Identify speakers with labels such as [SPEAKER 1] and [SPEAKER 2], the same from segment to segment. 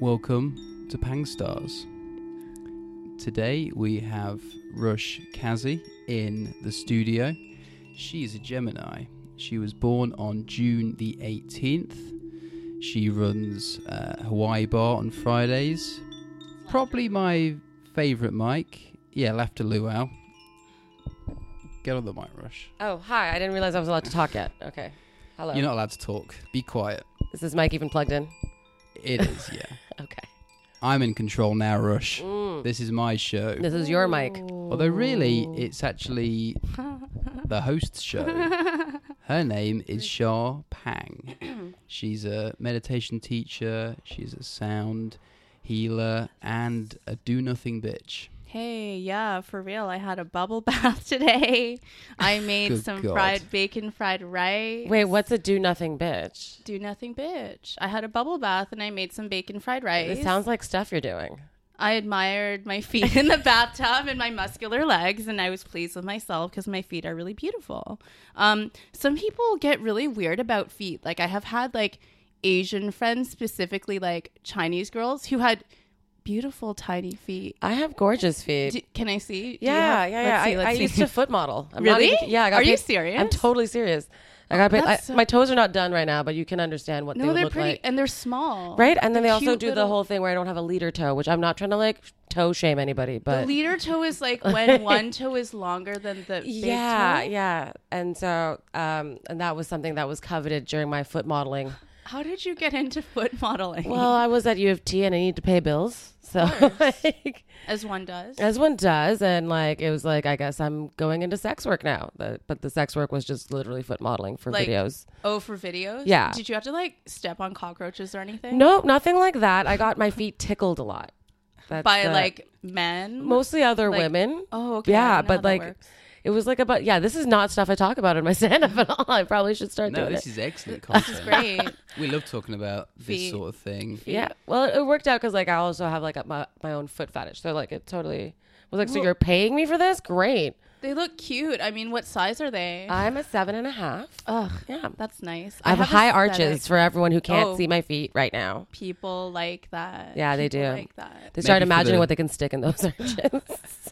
[SPEAKER 1] Welcome to Pang Stars. Today we have Rush Kazi in the studio. She is a Gemini. She was born on June the 18th. She runs uh, Hawaii Bar on Fridays. Probably my favourite mic. Yeah, Laughter Luau. Get on the mic, Rush.
[SPEAKER 2] Oh, hi. I didn't realize I was allowed to talk yet. Okay. Hello.
[SPEAKER 1] You're not allowed to talk. Be quiet.
[SPEAKER 2] is this mic even plugged in?
[SPEAKER 1] It is, yeah.
[SPEAKER 2] Okay.
[SPEAKER 1] I'm in control now, Rush. This is my show.
[SPEAKER 2] Mm. This is your mic.
[SPEAKER 1] Although, really, it's actually the host's show. Her name is Shah Pang. She's a meditation teacher, she's a sound healer, and a do nothing bitch.
[SPEAKER 3] Hey, yeah, for real. I had a bubble bath today. I made
[SPEAKER 1] Good
[SPEAKER 3] some
[SPEAKER 1] God.
[SPEAKER 3] fried bacon fried rice.
[SPEAKER 2] Wait, what's a do nothing bitch?
[SPEAKER 3] Do nothing, bitch. I had a bubble bath and I made some bacon fried rice.
[SPEAKER 2] It sounds like stuff you're doing.
[SPEAKER 3] I admired my feet in the bathtub and my muscular legs, and I was pleased with myself because my feet are really beautiful. Um, some people get really weird about feet. Like I have had like Asian friends, specifically like Chinese girls, who had beautiful tiny feet.
[SPEAKER 2] I have gorgeous feet.
[SPEAKER 3] Do, can I see? Do you
[SPEAKER 2] yeah,
[SPEAKER 3] have-
[SPEAKER 2] yeah,
[SPEAKER 3] let's
[SPEAKER 2] yeah.
[SPEAKER 3] see,
[SPEAKER 2] I, I
[SPEAKER 3] let's see.
[SPEAKER 2] used to foot model. I'm
[SPEAKER 3] Really?
[SPEAKER 2] yeah. I got
[SPEAKER 3] Are you
[SPEAKER 2] paid-
[SPEAKER 3] serious?
[SPEAKER 2] I'm totally serious. I got paid. I,
[SPEAKER 3] That's so-
[SPEAKER 2] my toes are not done right now, but you can understand what they
[SPEAKER 3] No,
[SPEAKER 2] would
[SPEAKER 3] they are
[SPEAKER 2] look
[SPEAKER 3] pretty
[SPEAKER 2] like.
[SPEAKER 3] and they're small.
[SPEAKER 2] Right, and then
[SPEAKER 3] The
[SPEAKER 2] they also
[SPEAKER 3] cute
[SPEAKER 2] do the
[SPEAKER 3] little-
[SPEAKER 2] whole thing where I don't have a leader toe, which I'm not trying to like toe shame anybody,
[SPEAKER 3] The
[SPEAKER 2] but
[SPEAKER 3] leader toe is like when one toe is longer than the big
[SPEAKER 2] yeah,
[SPEAKER 3] toe.
[SPEAKER 2] yeah. And so, um, and that was something that was coveted during my foot modeling.
[SPEAKER 3] How did you get into foot modeling?
[SPEAKER 2] Well, I was at U of T and I need to pay bills. So like,
[SPEAKER 3] as one does.
[SPEAKER 2] as one does and like it was like I guess I'm going into sex work now. The, but the sex work was just literally foot modeling for
[SPEAKER 3] Like-
[SPEAKER 2] videos.
[SPEAKER 3] Oh, for videos?
[SPEAKER 2] Yeah.
[SPEAKER 3] Did you have to like step on cockroaches or anything?
[SPEAKER 2] Nope, nothing like that. I got my feet tickled a lot. That's
[SPEAKER 3] By
[SPEAKER 2] the-
[SPEAKER 3] like men?
[SPEAKER 2] mostly other
[SPEAKER 3] like-
[SPEAKER 2] women.
[SPEAKER 3] Oh, okay. I
[SPEAKER 2] Yeah,
[SPEAKER 3] don't know how
[SPEAKER 2] but
[SPEAKER 3] that
[SPEAKER 2] like
[SPEAKER 3] works.
[SPEAKER 2] it was like about yeah, this is not stuff I talk about in my stand up at all. I probably should start
[SPEAKER 1] No,
[SPEAKER 2] doing
[SPEAKER 1] this
[SPEAKER 2] it.
[SPEAKER 1] is excellent content.
[SPEAKER 3] It's great.
[SPEAKER 1] We love talking about this
[SPEAKER 3] Feet.
[SPEAKER 1] sort of thing.
[SPEAKER 2] Yeah. Well, it worked out because like I also have like a, my my own foot fetish. So like it totally was like, so you're paying me for this? Great.
[SPEAKER 3] they look cute. I mean, what size are they?
[SPEAKER 2] I'm a seven and a half.
[SPEAKER 3] Ugh.
[SPEAKER 2] Yeah.
[SPEAKER 3] That's nice.
[SPEAKER 2] Uh, I have, high arches
[SPEAKER 3] aesthetic.
[SPEAKER 2] for everyone who can't
[SPEAKER 3] Oh.
[SPEAKER 2] see my feet right now.
[SPEAKER 3] People like that.
[SPEAKER 2] Yeah, they
[SPEAKER 3] People
[SPEAKER 2] do.
[SPEAKER 3] like that.
[SPEAKER 2] They start
[SPEAKER 1] Maybe for
[SPEAKER 2] imagining
[SPEAKER 1] the-
[SPEAKER 2] what they can stick in those arches.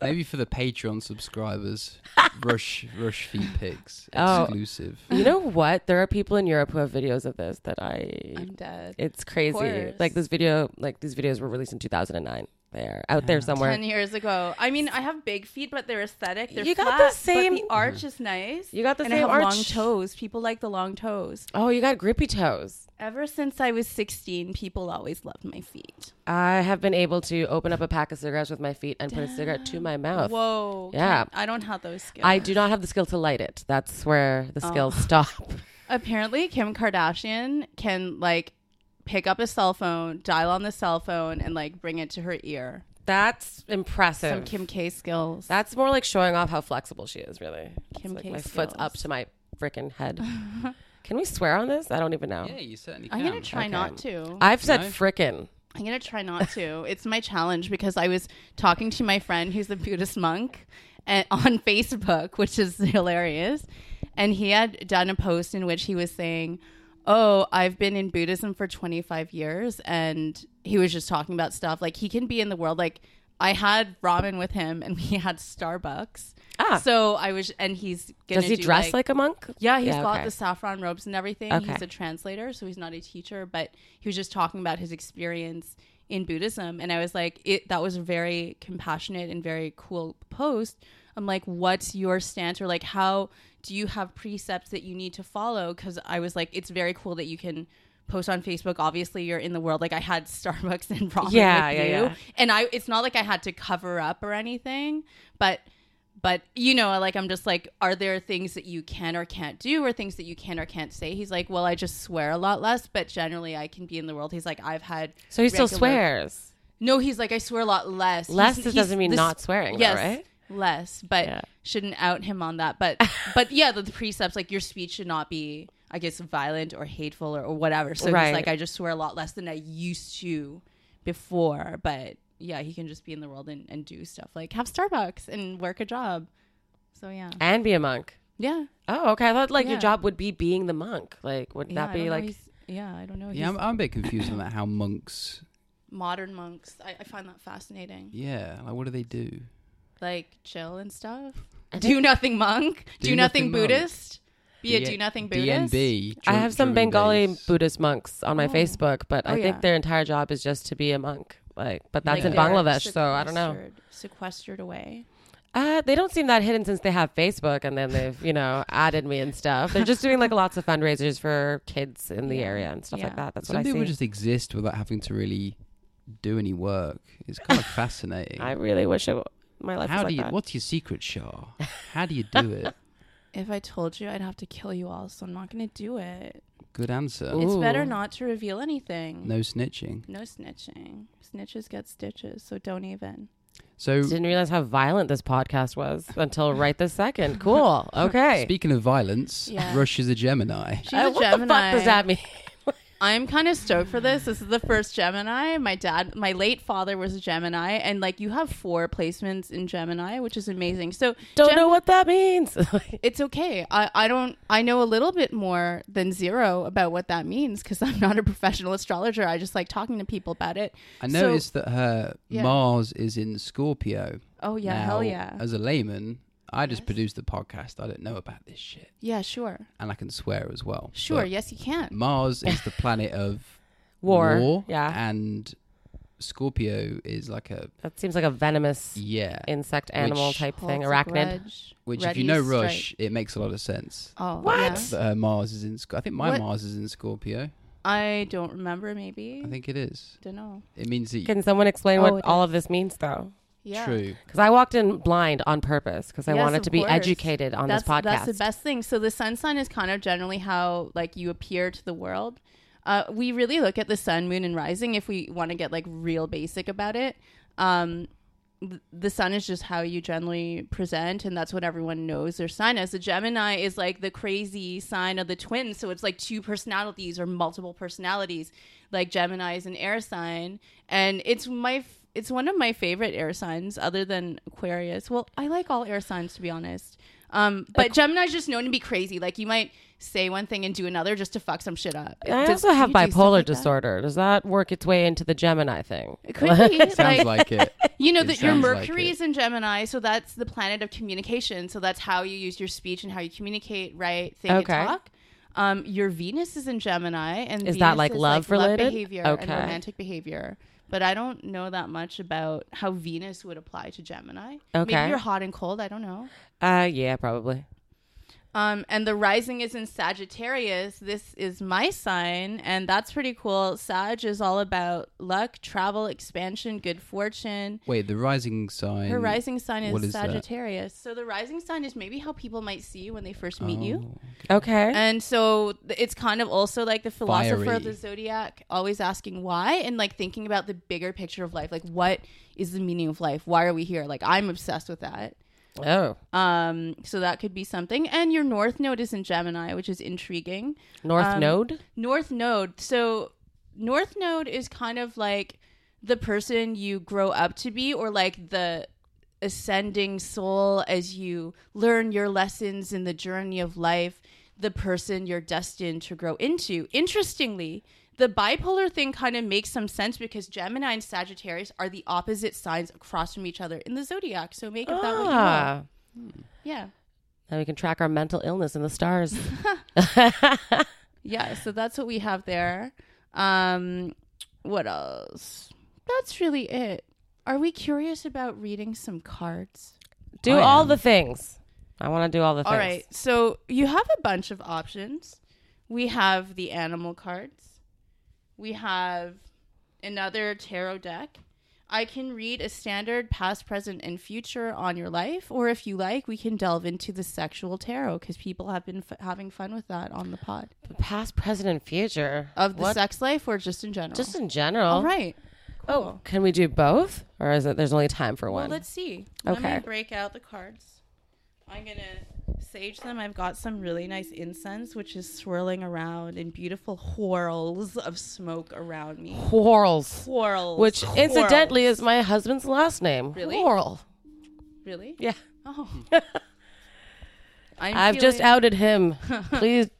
[SPEAKER 1] Maybe for the Patreon subscribers, Rush Rush Feet Pics
[SPEAKER 2] Oh.
[SPEAKER 1] exclusive.
[SPEAKER 2] you know what? There are people in Europe who have videos of this that I.
[SPEAKER 3] I'm dead.
[SPEAKER 2] it's crazy.
[SPEAKER 3] course.
[SPEAKER 2] Like this video, like these videos were released in 2009. They're out there somewhere.
[SPEAKER 3] 10 years ago. I mean, I have big feet, but they're aesthetic. They're
[SPEAKER 2] You got the
[SPEAKER 3] flat,
[SPEAKER 2] same-
[SPEAKER 3] But the arch is nice.
[SPEAKER 2] You got the
[SPEAKER 3] and
[SPEAKER 2] same
[SPEAKER 3] I have long
[SPEAKER 2] arch.
[SPEAKER 3] toes. People like the long toes.
[SPEAKER 2] Oh, you got grippy toes.
[SPEAKER 3] Ever since I was 16, people always loved my feet.
[SPEAKER 2] I have been able to open up a pack of cigarettes with my feet and put a cigarette to my mouth.
[SPEAKER 3] Whoa.
[SPEAKER 2] Yeah.
[SPEAKER 3] can't- I don't have those skills.
[SPEAKER 2] I do not have the skill to light it. That's where
[SPEAKER 3] Oh.
[SPEAKER 2] the skills stop.
[SPEAKER 3] Apparently, Kim Kardashian can like pick up a cell phone, dial on the cell phone, and like bring it to her ear.
[SPEAKER 2] That's impressive.
[SPEAKER 3] Some Kim K skills.
[SPEAKER 2] That's more like showing off how flexible she is, really. It's
[SPEAKER 3] Kim
[SPEAKER 2] like
[SPEAKER 3] K
[SPEAKER 2] my foot's up
[SPEAKER 3] skills.
[SPEAKER 2] to my freaking head. Can we swear on this? I don't even know.
[SPEAKER 1] Yeah, you certainly can.
[SPEAKER 3] I'm gonna try
[SPEAKER 2] okay.
[SPEAKER 3] not to.
[SPEAKER 2] I've said
[SPEAKER 1] No?
[SPEAKER 2] frickin'.
[SPEAKER 3] I'm gonna try not to. It's my challenge because I was talking to my friend who's a Buddhist monk and on Facebook, which is hilarious. And he had done a post in which he was saying, Oh, I've been in Buddhism for 25 years. And he was just talking about stuff like he can be in the world. Like, I had ramen with him and we had Starbucks.
[SPEAKER 2] Ah.
[SPEAKER 3] So I was, and he's gonna
[SPEAKER 2] Does he
[SPEAKER 3] do,
[SPEAKER 2] dress like, a monk?
[SPEAKER 3] yeah, he's got
[SPEAKER 2] okay.
[SPEAKER 3] the saffron robes and everything.
[SPEAKER 2] Okay.
[SPEAKER 3] He's a translator, so he's not a teacher, but he was just talking about his experience in Buddhism and I was like, it that was a very compassionate and very cool post. I'm like, what's your stance or like how do you have precepts that you need to follow cuz I was like it's very cool that you can post on Facebook obviously you're in the world like I had Starbucks and ramen
[SPEAKER 2] Yeah,
[SPEAKER 3] with
[SPEAKER 2] yeah,
[SPEAKER 3] you
[SPEAKER 2] yeah.
[SPEAKER 3] and I it's not like I had to cover up or anything but but you know like i'm just like are there things that you can or can't do or things that you can or can't say he's like well i just swear a lot less but generally i can be in the world he's like i've had
[SPEAKER 2] So he still
[SPEAKER 3] regular-
[SPEAKER 2] swears.
[SPEAKER 3] no he's like i swear a lot less
[SPEAKER 2] Less
[SPEAKER 3] He's-
[SPEAKER 2] this
[SPEAKER 3] he's-
[SPEAKER 2] doesn't mean
[SPEAKER 3] this-
[SPEAKER 2] not swearing,
[SPEAKER 3] yes
[SPEAKER 2] though, right?
[SPEAKER 3] less but
[SPEAKER 2] Yeah.
[SPEAKER 3] shouldn't out him on that but but yeah the, the precepts like your speech should not be i guess violent or hateful or, or whatever so
[SPEAKER 2] Right.
[SPEAKER 3] he's like i just swear a lot less than i used to before but yeah he can just be in the world and, and do stuff like have starbucks and work a job so yeah
[SPEAKER 2] And be a monk.
[SPEAKER 3] yeah.
[SPEAKER 2] Oh, okay. I thought like your
[SPEAKER 3] Mm-hmm. Yeah.
[SPEAKER 2] job would be being the monk. Like, would
[SPEAKER 3] yeah,
[SPEAKER 2] not that
[SPEAKER 3] I don't
[SPEAKER 2] be
[SPEAKER 3] know
[SPEAKER 2] like?
[SPEAKER 3] he's- Yeah, I don't know.
[SPEAKER 1] Yeah,
[SPEAKER 3] He's-
[SPEAKER 1] I'm, I'm a bit confused on that. How monks
[SPEAKER 3] modern monks. I, I find that fascinating.
[SPEAKER 1] Yeah, like what do they do?
[SPEAKER 3] Like chill and stuff. Do nothing monk. Do, nothing,
[SPEAKER 1] nothing monk.
[SPEAKER 3] Buddhist. Be a
[SPEAKER 1] D-
[SPEAKER 3] do nothing Buddhist.
[SPEAKER 1] DNB.
[SPEAKER 2] I
[SPEAKER 1] dur-
[SPEAKER 2] have some
[SPEAKER 1] during
[SPEAKER 2] Bengali
[SPEAKER 1] days.
[SPEAKER 2] Buddhist monks on my Facebook, but I
[SPEAKER 3] Oh,
[SPEAKER 2] think
[SPEAKER 3] yeah.
[SPEAKER 2] their entire job is just to be a monk. Like, but that's
[SPEAKER 3] Like,
[SPEAKER 2] in
[SPEAKER 3] they're
[SPEAKER 2] Bangladesh, so I don't know.
[SPEAKER 3] sequestered- Sequestered away.
[SPEAKER 2] Uh, they don't seem that hidden since they have Facebook and then they've, you know, added me and stuff. They're just doing like lots of fundraisers for kids in the
[SPEAKER 3] Yeah.
[SPEAKER 2] area and stuff like
[SPEAKER 3] Yeah.
[SPEAKER 2] that. That's
[SPEAKER 1] Some
[SPEAKER 2] what I
[SPEAKER 1] people
[SPEAKER 2] see.
[SPEAKER 1] just exist without having to really do any work. It's kind of fascinating.
[SPEAKER 2] I really wish it, my life
[SPEAKER 1] How do
[SPEAKER 2] was like
[SPEAKER 1] you?
[SPEAKER 2] that.
[SPEAKER 1] What's your secret, Shaw? How do you do it?
[SPEAKER 3] If I told you, I'd have to kill you all, so I'm not going to do it.
[SPEAKER 1] Good answer.
[SPEAKER 2] Ooh.
[SPEAKER 3] It's better not to reveal anything.
[SPEAKER 1] No snitching.
[SPEAKER 3] No snitching. Snitches get stitches, so don't even.
[SPEAKER 1] So
[SPEAKER 2] Didn't realize how violent this podcast was until right this second. Cool. Okay.
[SPEAKER 1] speaking of violence,
[SPEAKER 3] Yeah.
[SPEAKER 1] Rush is a Gemini.
[SPEAKER 3] She's
[SPEAKER 2] Uh,
[SPEAKER 3] a
[SPEAKER 2] what the
[SPEAKER 3] Gemini.
[SPEAKER 2] fuck does that mean?
[SPEAKER 3] I'm kind of stoked for this. This is the first Gemini. My dad, my late father was a Gemini, and like you have four placements in Gemini, which is amazing. So
[SPEAKER 2] Don't
[SPEAKER 3] Gem-
[SPEAKER 2] know what that means.
[SPEAKER 3] It's okay. I, I don't. I know a little bit more than zero about what that means because I'm not a professional astrologer. I just like talking to people about it.
[SPEAKER 1] I
[SPEAKER 3] So-
[SPEAKER 1] noticed that her
[SPEAKER 3] Yeah.
[SPEAKER 1] Mars is in Scorpio.
[SPEAKER 3] Oh yeah,
[SPEAKER 1] now.
[SPEAKER 3] hell yeah.
[SPEAKER 1] As a layman, I just produced the podcast. I don't know about this shit,
[SPEAKER 3] Yeah, sure,
[SPEAKER 1] and I can swear as well.
[SPEAKER 3] sure.
[SPEAKER 1] But
[SPEAKER 3] yes, you can.
[SPEAKER 1] Mars is the planet of
[SPEAKER 2] War. Yeah.
[SPEAKER 1] and Scorpio is like a
[SPEAKER 2] That seems like a venomous
[SPEAKER 1] yeah.
[SPEAKER 2] insect animal
[SPEAKER 1] Which-
[SPEAKER 2] type thing,
[SPEAKER 3] Holds a
[SPEAKER 2] arachnid.
[SPEAKER 3] grudge.
[SPEAKER 1] Which, if
[SPEAKER 3] Ready
[SPEAKER 1] you
[SPEAKER 3] to
[SPEAKER 1] know
[SPEAKER 3] strike.
[SPEAKER 1] Rush, it makes a lot of sense.
[SPEAKER 3] oh
[SPEAKER 2] What?
[SPEAKER 3] yeah.
[SPEAKER 1] That her Mars is in. Sc- I think my
[SPEAKER 3] What?
[SPEAKER 1] Mars is in Scorpio.
[SPEAKER 3] I don't remember. Maybe
[SPEAKER 1] I think it is.
[SPEAKER 3] don't know.
[SPEAKER 1] It means that
[SPEAKER 2] Can someone explain
[SPEAKER 3] Oh,
[SPEAKER 2] what
[SPEAKER 3] it
[SPEAKER 2] all of this means, though?
[SPEAKER 3] Yeah.
[SPEAKER 1] true.
[SPEAKER 2] Because I walked in blind on purpose because I
[SPEAKER 3] Yes,
[SPEAKER 2] wanted
[SPEAKER 3] of
[SPEAKER 2] to be
[SPEAKER 3] course.
[SPEAKER 2] educated on
[SPEAKER 3] that's,
[SPEAKER 2] this podcast.
[SPEAKER 3] That's the best thing. So the sun sign is kind of generally how like you appear to the world. Uh, we really look at the sun, moon, and rising if we want to get like real basic about it. Um, th- the sun is just how you generally present, and that's what everyone knows their sign as. The Gemini is like the crazy sign of the twins, so it's like two personalities or multiple personalities. Like Gemini is an air sign, and it's my f- it's one of my favorite air signs, other than Aquarius. Well, I like all air signs to be honest. Um, but Gemini's just known to be crazy. Like you might say one thing and do another just to fuck some shit up.
[SPEAKER 2] I
[SPEAKER 3] Does-
[SPEAKER 2] also have
[SPEAKER 3] you do stuff
[SPEAKER 2] bipolar
[SPEAKER 3] like that.
[SPEAKER 2] disorder. Does that work its way into the Gemini thing?
[SPEAKER 3] It could be.
[SPEAKER 1] Sounds
[SPEAKER 3] like,
[SPEAKER 1] like it.
[SPEAKER 3] you know
[SPEAKER 1] It
[SPEAKER 3] that your
[SPEAKER 1] sounds like
[SPEAKER 3] Mercury
[SPEAKER 1] it.
[SPEAKER 3] is in Gemini, so that's the planet of communication. So that's how you use your speech and how you communicate, right? Think
[SPEAKER 2] Okay.
[SPEAKER 3] and talk. Um, your Venus is in Gemini, and
[SPEAKER 2] Is that,
[SPEAKER 3] Venus
[SPEAKER 2] like, love related?
[SPEAKER 3] behavior and
[SPEAKER 2] Okay.
[SPEAKER 3] romantic behavior? But I don't know that much about how Venus would apply to Gemini.
[SPEAKER 2] Okay.
[SPEAKER 3] maybe you're hot and cold. I don't know.
[SPEAKER 2] Uh, yeah, probably.
[SPEAKER 3] Um, and the rising is in Sagittarius. This is my sign, and that's pretty cool. Sag is all about luck, travel, expansion, good fortune.
[SPEAKER 1] Wait, the rising sign.
[SPEAKER 3] Her rising sign is,
[SPEAKER 1] what is that?
[SPEAKER 3] Sagittarius. So the rising sign is maybe how people might see you when they first meet you.
[SPEAKER 1] Oh,
[SPEAKER 2] Okay.
[SPEAKER 3] And so th- it's kind of also like the philosopher of
[SPEAKER 1] Fiery.
[SPEAKER 3] the zodiac always asking why and like thinking about the bigger picture of life. Like, what is the meaning of life? Why are we here? Like, I'm obsessed with that.
[SPEAKER 2] oh,
[SPEAKER 3] Um, so that could be something. And your north node is in Gemini, which is intriguing.
[SPEAKER 2] North
[SPEAKER 3] um,
[SPEAKER 2] Node.
[SPEAKER 3] North Node. So North Node is kind of like the person you grow up to be or like the ascending soul as you learn your lessons in the journey of life, the person you're destined to grow into. Interestingly, the bipolar thing kind of makes some sense because Gemini and Sagittarius are the opposite signs across from each other in the zodiac. So make of that what you will.
[SPEAKER 2] Ah,
[SPEAKER 3] Yeah.
[SPEAKER 2] now we can track our mental illness in the stars.
[SPEAKER 3] yeah so that's what we have there um what else that's really it are we curious about reading some cards
[SPEAKER 2] do
[SPEAKER 1] I
[SPEAKER 2] all
[SPEAKER 1] am.
[SPEAKER 2] the things. I want to do all the things.
[SPEAKER 3] all right so you have a bunch of options we have the animal cards we have another tarot deck i can read a standard past present and future on your life or if you like we can delve into the sexual tarot because people have been f- having fun with that on the pod
[SPEAKER 2] Past, present, and future
[SPEAKER 3] of the
[SPEAKER 2] What?
[SPEAKER 3] sex life or just in general
[SPEAKER 2] Just in general.
[SPEAKER 3] all right
[SPEAKER 2] Oh, can we do both, or is it there's only time for
[SPEAKER 3] Well,
[SPEAKER 2] one?
[SPEAKER 3] let's see.
[SPEAKER 2] Okay.
[SPEAKER 3] Let me break out the cards. I'm going to sage them. I've got some really nice incense, which is swirling around in beautiful whorls of smoke around me.
[SPEAKER 2] Quarrels,
[SPEAKER 3] Whorls.
[SPEAKER 2] which
[SPEAKER 3] Whorls.
[SPEAKER 2] incidentally is my husband's last name.
[SPEAKER 3] Really?
[SPEAKER 2] Quarrel.
[SPEAKER 3] Really?
[SPEAKER 2] Yeah.
[SPEAKER 3] Oh.
[SPEAKER 2] i have just outed him. Please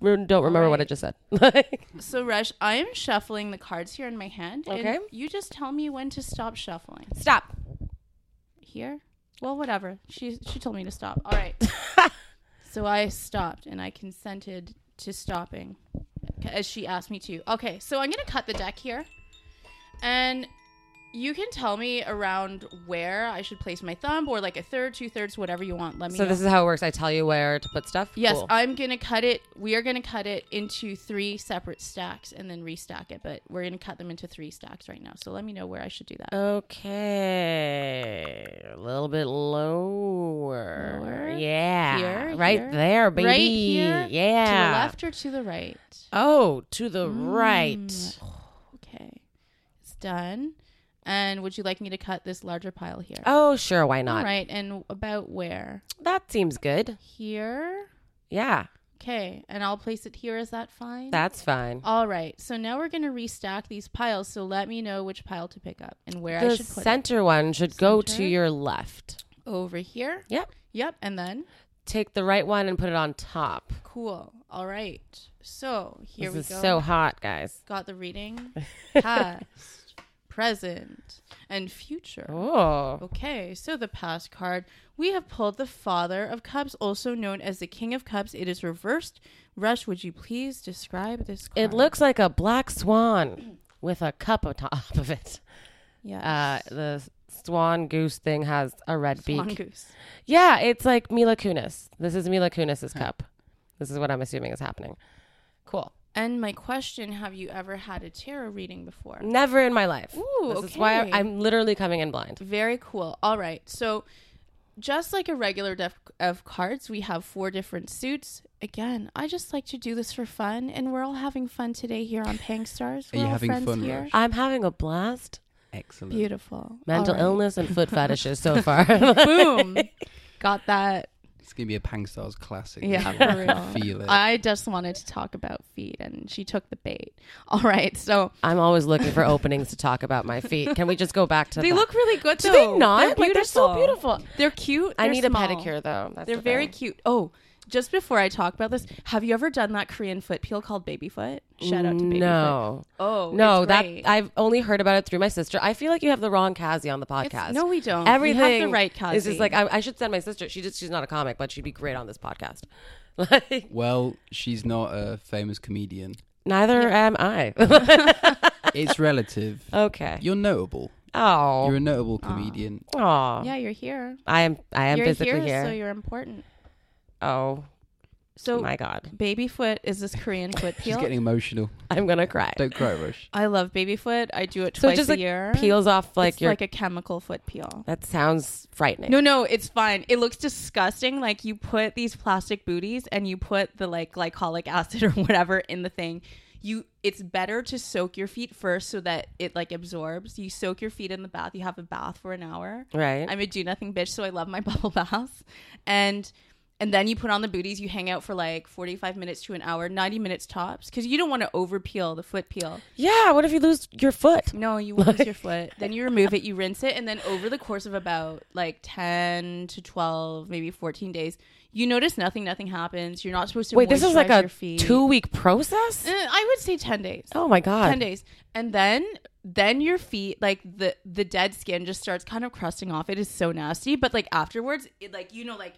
[SPEAKER 2] re- don't remember what I
[SPEAKER 3] right.
[SPEAKER 2] just said. Like,
[SPEAKER 3] So, Rush, I am shuffling the cards here in my hand. and
[SPEAKER 2] Okay.
[SPEAKER 3] you just tell me when to stop shuffling.
[SPEAKER 2] Stop.
[SPEAKER 3] Here? Well, whatever. She she told me to stop. All right. so I stopped and I consented to stopping as she asked me to. Okay, so I'm going to cut the deck here. And you can tell me around where I should place my thumb or like a third, two thirds, whatever you want. Let me
[SPEAKER 2] So
[SPEAKER 3] know.
[SPEAKER 2] this is how it works. I tell you where to put stuff.
[SPEAKER 3] Yes,
[SPEAKER 2] Cool.
[SPEAKER 3] I'm gonna cut it. We are gonna cut it into three separate stacks and then restack it. But we're gonna cut them into three stacks right now. So let me know where I should do that.
[SPEAKER 2] Okay, a little bit lower.
[SPEAKER 3] Lower?
[SPEAKER 2] Yeah,
[SPEAKER 3] Here,
[SPEAKER 2] right
[SPEAKER 3] here,
[SPEAKER 2] there, baby.
[SPEAKER 3] right here.
[SPEAKER 2] Yeah.
[SPEAKER 3] To the left Mm. or to the right?
[SPEAKER 2] Oh, to the right.
[SPEAKER 3] Okay, it's done. And would you like me to cut this larger pile here?
[SPEAKER 2] Oh, sure. Why not?
[SPEAKER 3] All right. And about where?
[SPEAKER 2] That seems good.
[SPEAKER 3] Here.
[SPEAKER 2] Yeah,
[SPEAKER 3] Okay, and I'll place it here. Is that fine?
[SPEAKER 2] that's fine.
[SPEAKER 3] All right. So now we're gonna restack these piles. So let me know which pile to pick up and where I
[SPEAKER 2] the
[SPEAKER 3] should put it.
[SPEAKER 2] center one should go to
[SPEAKER 3] Center.
[SPEAKER 2] your left.
[SPEAKER 3] Over here.
[SPEAKER 2] Yep.
[SPEAKER 3] Yep. And then.
[SPEAKER 2] Take the right one and put it on top.
[SPEAKER 3] Cool. All right. So here
[SPEAKER 2] this
[SPEAKER 3] we
[SPEAKER 2] is
[SPEAKER 3] go.
[SPEAKER 2] so hot, guys.
[SPEAKER 3] Got the reading, past, present, and future.
[SPEAKER 2] Oh,
[SPEAKER 3] Okay, so the past card. We have pulled the Father of Cups, also known as the King of Cups. It is reversed. Rush, would you please describe this card?
[SPEAKER 2] it looks like a black swan with a cup on top of it. uh,
[SPEAKER 3] yeah.
[SPEAKER 2] the swan goose thing has a red beak.
[SPEAKER 3] Mongoose.
[SPEAKER 2] Yeah, it's like Mila Kunis. This is Mila Kunis's cup. This is what I'm assuming is happening. Cool.
[SPEAKER 3] And my question: Have you ever had a tarot reading before?
[SPEAKER 2] Never in my life.
[SPEAKER 3] Ooh,
[SPEAKER 2] this is why
[SPEAKER 3] okay.
[SPEAKER 2] I, am literally coming in blind.
[SPEAKER 3] Very cool. All right. So, just like a regular deck of cards, we have four different suits. Again, I just like to do this for fun, and we're all having fun today here on Pang Stars.
[SPEAKER 1] Are
[SPEAKER 3] We're
[SPEAKER 1] you
[SPEAKER 3] all
[SPEAKER 1] having
[SPEAKER 3] friends
[SPEAKER 1] fun,
[SPEAKER 3] here.
[SPEAKER 1] Rush?
[SPEAKER 2] I'm having a blast.
[SPEAKER 1] Excellent.
[SPEAKER 3] Beautiful.
[SPEAKER 2] Mental
[SPEAKER 3] All
[SPEAKER 2] illness and foot fetishes so far.
[SPEAKER 3] right. Boom. Got that.
[SPEAKER 1] It's gonna be a Pang Stars classic.
[SPEAKER 3] Yeah,
[SPEAKER 1] This one.
[SPEAKER 3] for real.
[SPEAKER 1] Feel it.
[SPEAKER 3] I just wanted to talk about feet, and she took the bait. All right. So
[SPEAKER 2] I'm always looking for openings to talk about my feet. Can we just go back to
[SPEAKER 3] they
[SPEAKER 2] that?
[SPEAKER 3] look really good.
[SPEAKER 2] Do
[SPEAKER 3] though.
[SPEAKER 2] they not?
[SPEAKER 3] They're
[SPEAKER 2] Like, they're so
[SPEAKER 3] beautiful.
[SPEAKER 2] beautiful.
[SPEAKER 3] They're cute.
[SPEAKER 2] I
[SPEAKER 3] They're
[SPEAKER 2] need
[SPEAKER 3] small.
[SPEAKER 2] a pedicure though. That's
[SPEAKER 3] They're
[SPEAKER 2] the
[SPEAKER 3] very
[SPEAKER 2] thing.
[SPEAKER 3] cute. Oh, just before I talk about this, have you ever done that Korean foot peel called baby foot? Shout out to baby foot.
[SPEAKER 2] Mm, No.
[SPEAKER 3] Oh,
[SPEAKER 2] No,
[SPEAKER 3] it's
[SPEAKER 2] that
[SPEAKER 3] great.
[SPEAKER 2] I've only heard about it through my sister. I feel like you have the wrong Kazi on the podcast.
[SPEAKER 3] no, we don't. We have the
[SPEAKER 2] Everything
[SPEAKER 3] right
[SPEAKER 2] Is
[SPEAKER 3] Kazi.
[SPEAKER 2] just like I, I should send my sister. She just she's not a comic, but she'd be great on this podcast. Like
[SPEAKER 1] well, she's not a famous comedian.
[SPEAKER 2] neither am I.
[SPEAKER 1] It's relative.
[SPEAKER 2] okay.
[SPEAKER 1] You're notable.
[SPEAKER 2] Oh.
[SPEAKER 1] You're a notable comedian.
[SPEAKER 2] Aw.
[SPEAKER 3] Yeah, you're here.
[SPEAKER 2] I am. I am
[SPEAKER 3] you're
[SPEAKER 2] oh. physically
[SPEAKER 3] here,
[SPEAKER 2] here.
[SPEAKER 3] so you're important.
[SPEAKER 2] oh
[SPEAKER 3] So
[SPEAKER 2] my god,
[SPEAKER 3] baby foot is this Korean foot
[SPEAKER 1] She's
[SPEAKER 3] peel.
[SPEAKER 1] getting emotional.
[SPEAKER 2] I'm gonna cry.
[SPEAKER 1] Don't cry, Rush.
[SPEAKER 3] I love baby foot. I do it
[SPEAKER 2] so
[SPEAKER 3] twice
[SPEAKER 2] it just
[SPEAKER 3] a
[SPEAKER 2] like
[SPEAKER 3] year.
[SPEAKER 2] peels off like
[SPEAKER 3] it's
[SPEAKER 2] your.
[SPEAKER 3] like a chemical foot peel.
[SPEAKER 2] that sounds frightening.
[SPEAKER 3] No, no, it's fine. It looks disgusting. Like you put these plastic booties and you put the like glycolic acid or whatever in the thing. You it's better to soak your feet first so that it like absorbs. You soak your feet in the bath. You have a bath for an hour.
[SPEAKER 2] Right.
[SPEAKER 3] I'm a do nothing bitch, so I love my bubble baths. And and then you put on the booties, you hang out for like 45 minutes to an hour, 90 minutes tops, because you don't want to over peel the foot peel.
[SPEAKER 2] yeah. What if you lose your foot?
[SPEAKER 3] No, you lose your foot. Then you remove it, you rinse it, and then over the course of about like 10 to 12, maybe 14 days, you notice nothing, nothing happens. You're not supposed to
[SPEAKER 2] Wait, this is like
[SPEAKER 3] moisturize
[SPEAKER 2] a
[SPEAKER 3] your feet.
[SPEAKER 2] two week process.
[SPEAKER 3] Eh, I would say 10 days.
[SPEAKER 2] Oh my god.
[SPEAKER 3] 10 days. And then then your feet like the the dead skin just starts kind of crusting off. It is so nasty, but like afterwards, it like you know like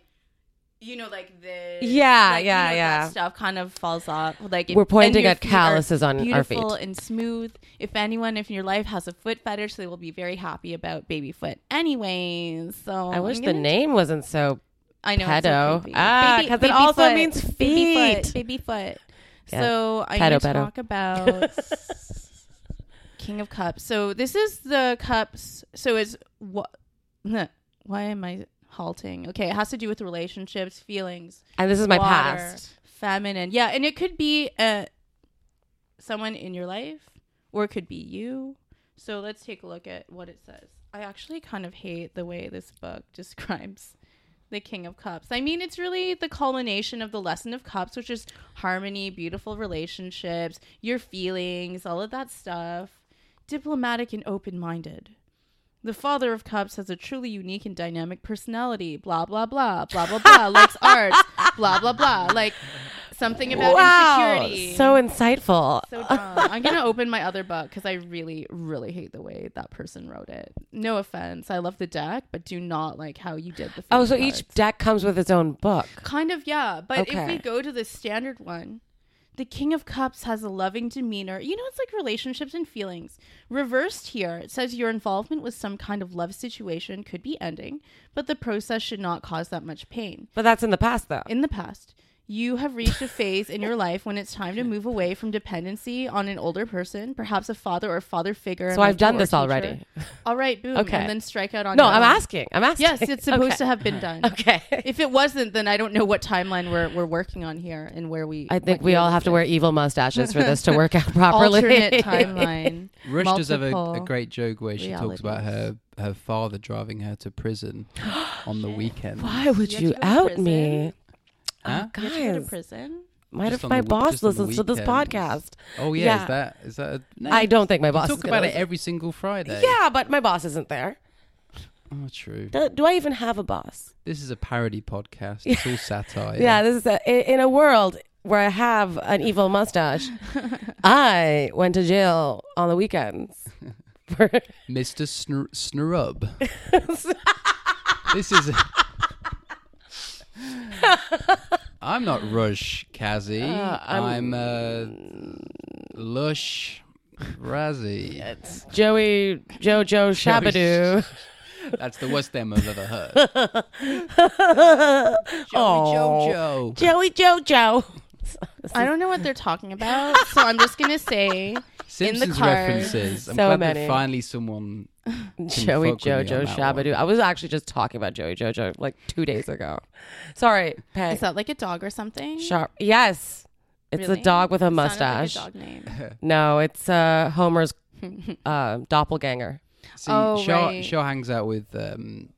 [SPEAKER 3] you know like the
[SPEAKER 2] Yeah,
[SPEAKER 3] like, you
[SPEAKER 2] yeah,
[SPEAKER 3] know, that
[SPEAKER 2] yeah.
[SPEAKER 3] stuff kind of falls off. Like it-
[SPEAKER 2] We're pointing
[SPEAKER 3] and your
[SPEAKER 2] at
[SPEAKER 3] feet are
[SPEAKER 2] calluses on our feet.
[SPEAKER 3] beautiful and smooth. If anyone if in your life has a foot fetish, they will be very happy about baby foot. Anyways, so
[SPEAKER 2] I wish
[SPEAKER 3] I'm
[SPEAKER 2] the
[SPEAKER 3] gonna-
[SPEAKER 2] name wasn't so.
[SPEAKER 3] I know it's so
[SPEAKER 2] pedo.
[SPEAKER 3] creepy.
[SPEAKER 2] Ah,
[SPEAKER 3] Baby-
[SPEAKER 2] 'cause it
[SPEAKER 3] baby
[SPEAKER 2] also
[SPEAKER 3] foot,
[SPEAKER 2] means
[SPEAKER 3] baby
[SPEAKER 2] feet.
[SPEAKER 3] foot, baby foot.
[SPEAKER 2] Yeah.
[SPEAKER 3] So I'm
[SPEAKER 2] Pedo, pedo.
[SPEAKER 3] going to talk about King of Cups. So this is the cups. So it's what? Why am I halting? Okay, it has to do with relationships, feelings,
[SPEAKER 2] And this is my
[SPEAKER 3] water,
[SPEAKER 2] past.
[SPEAKER 3] feminine. Yeah, and it could be uh, someone in your life, or it could be you. So let's take a look at what it says. I actually kind of hate the way this book describes the King of Cups. I mean, it's really the culmination of the lesson of cups, which is harmony, beautiful relationships, your feelings, all of that stuff. Diplomatic and open minded. The father of cups has a truly unique and dynamic personality. Blah blah blah blah blah blah. Likes arts. Blah blah blah. Like Something about
[SPEAKER 2] wow.
[SPEAKER 3] insecurity.
[SPEAKER 2] So insightful.
[SPEAKER 3] So dumb. I'm gonna open my other book because I really, really hate the way that person wrote it. No offense, I love the deck, but do not like how you did the.
[SPEAKER 2] oh,
[SPEAKER 3] face
[SPEAKER 2] so each
[SPEAKER 3] cards.
[SPEAKER 2] deck comes with its own book.
[SPEAKER 3] kind of yeah, but if
[SPEAKER 2] Okay.
[SPEAKER 3] we go to the standard one, the King of Cups has a loving demeanor. You know, it's like relationships and feelings reversed here. It says your involvement with some kind of love situation could be ending, but the process should not cause that much pain.
[SPEAKER 2] But that's in the past, though.
[SPEAKER 3] In the past, you have reached a phase in your life when it's time to move away from dependency on an older person, perhaps a father or father figure. a
[SPEAKER 2] So I've
[SPEAKER 3] mentor
[SPEAKER 2] done
[SPEAKER 3] or
[SPEAKER 2] this
[SPEAKER 3] teacher.
[SPEAKER 2] already.
[SPEAKER 3] All right, boom.
[SPEAKER 2] Okay.
[SPEAKER 3] And then strike out on
[SPEAKER 2] no,
[SPEAKER 3] your
[SPEAKER 2] I'm
[SPEAKER 3] own.
[SPEAKER 2] asking. I'm asking.
[SPEAKER 3] Yes, it's supposed
[SPEAKER 2] Okay.
[SPEAKER 3] to have been done.
[SPEAKER 2] Okay.
[SPEAKER 3] If it wasn't, then I don't know what timeline we're, we're working on here and where we.
[SPEAKER 2] I think
[SPEAKER 3] what
[SPEAKER 2] we
[SPEAKER 3] year
[SPEAKER 2] all
[SPEAKER 3] this
[SPEAKER 2] have to
[SPEAKER 3] is.
[SPEAKER 2] wear evil mustaches for this to work out properly.
[SPEAKER 3] alternate timeline.
[SPEAKER 1] Rush does have a, a
[SPEAKER 3] multiple
[SPEAKER 1] great joke where she talks about her, her father driving her to prison on the weekend.
[SPEAKER 2] Why would
[SPEAKER 3] You
[SPEAKER 2] you,
[SPEAKER 3] have to go to
[SPEAKER 2] out
[SPEAKER 3] prison?
[SPEAKER 2] me?
[SPEAKER 1] Huh?
[SPEAKER 2] Oh,
[SPEAKER 3] You have to go to
[SPEAKER 2] guys,
[SPEAKER 3] prison.
[SPEAKER 2] might
[SPEAKER 1] Just
[SPEAKER 2] if
[SPEAKER 1] on
[SPEAKER 2] my
[SPEAKER 1] the-
[SPEAKER 2] boss
[SPEAKER 1] just on the
[SPEAKER 2] listens to this
[SPEAKER 1] weekends.
[SPEAKER 2] podcast.
[SPEAKER 1] Oh yeah,
[SPEAKER 2] Yeah.
[SPEAKER 1] is that is that? A, no,
[SPEAKER 2] I don't think my
[SPEAKER 1] we
[SPEAKER 2] boss
[SPEAKER 1] talk
[SPEAKER 2] is gonna
[SPEAKER 1] about it
[SPEAKER 2] listen.
[SPEAKER 1] every single Friday.
[SPEAKER 2] Yeah, but my boss isn't there.
[SPEAKER 1] oh, true.
[SPEAKER 2] Do, do I even have a boss?
[SPEAKER 1] This is a parody podcast. It's all satire.
[SPEAKER 2] Yeah, this is a, in in a world where I have an evil mustache. I went to jail on the weekends. For,
[SPEAKER 1] Mr. Snr- Snrub. this is. I'm not Rush Kazi. I'm,
[SPEAKER 2] Mm.
[SPEAKER 1] uh, Lush Razzie.
[SPEAKER 2] Joey Jojo Shabadoo.
[SPEAKER 1] That's the worst name I've ever heard. Joey
[SPEAKER 2] Oh.
[SPEAKER 1] Jojo.
[SPEAKER 2] Joey Jojo.
[SPEAKER 3] I don't know what they're talking about, so I'm just gonna say
[SPEAKER 1] Simpsons
[SPEAKER 3] cars.
[SPEAKER 1] references. I'm
[SPEAKER 2] So
[SPEAKER 1] glad
[SPEAKER 2] many.
[SPEAKER 1] that finally someone. can
[SPEAKER 2] Joey
[SPEAKER 1] fuck with me on
[SPEAKER 2] Jojo
[SPEAKER 1] that
[SPEAKER 2] Shabadoo. I was actually just talking about Joey Jojo like two days ago. Sorry, Peg.
[SPEAKER 3] is that like a dog or something?
[SPEAKER 2] Sharp. Yes. It's
[SPEAKER 3] Really?
[SPEAKER 2] a dog with a
[SPEAKER 3] It sounded like
[SPEAKER 2] mustache.
[SPEAKER 3] a dog name.
[SPEAKER 2] No, it's uh, Homer's uh, doppelganger.
[SPEAKER 1] See,
[SPEAKER 3] Oh,
[SPEAKER 1] Shaw,
[SPEAKER 3] right.
[SPEAKER 1] Shaw hangs out with um,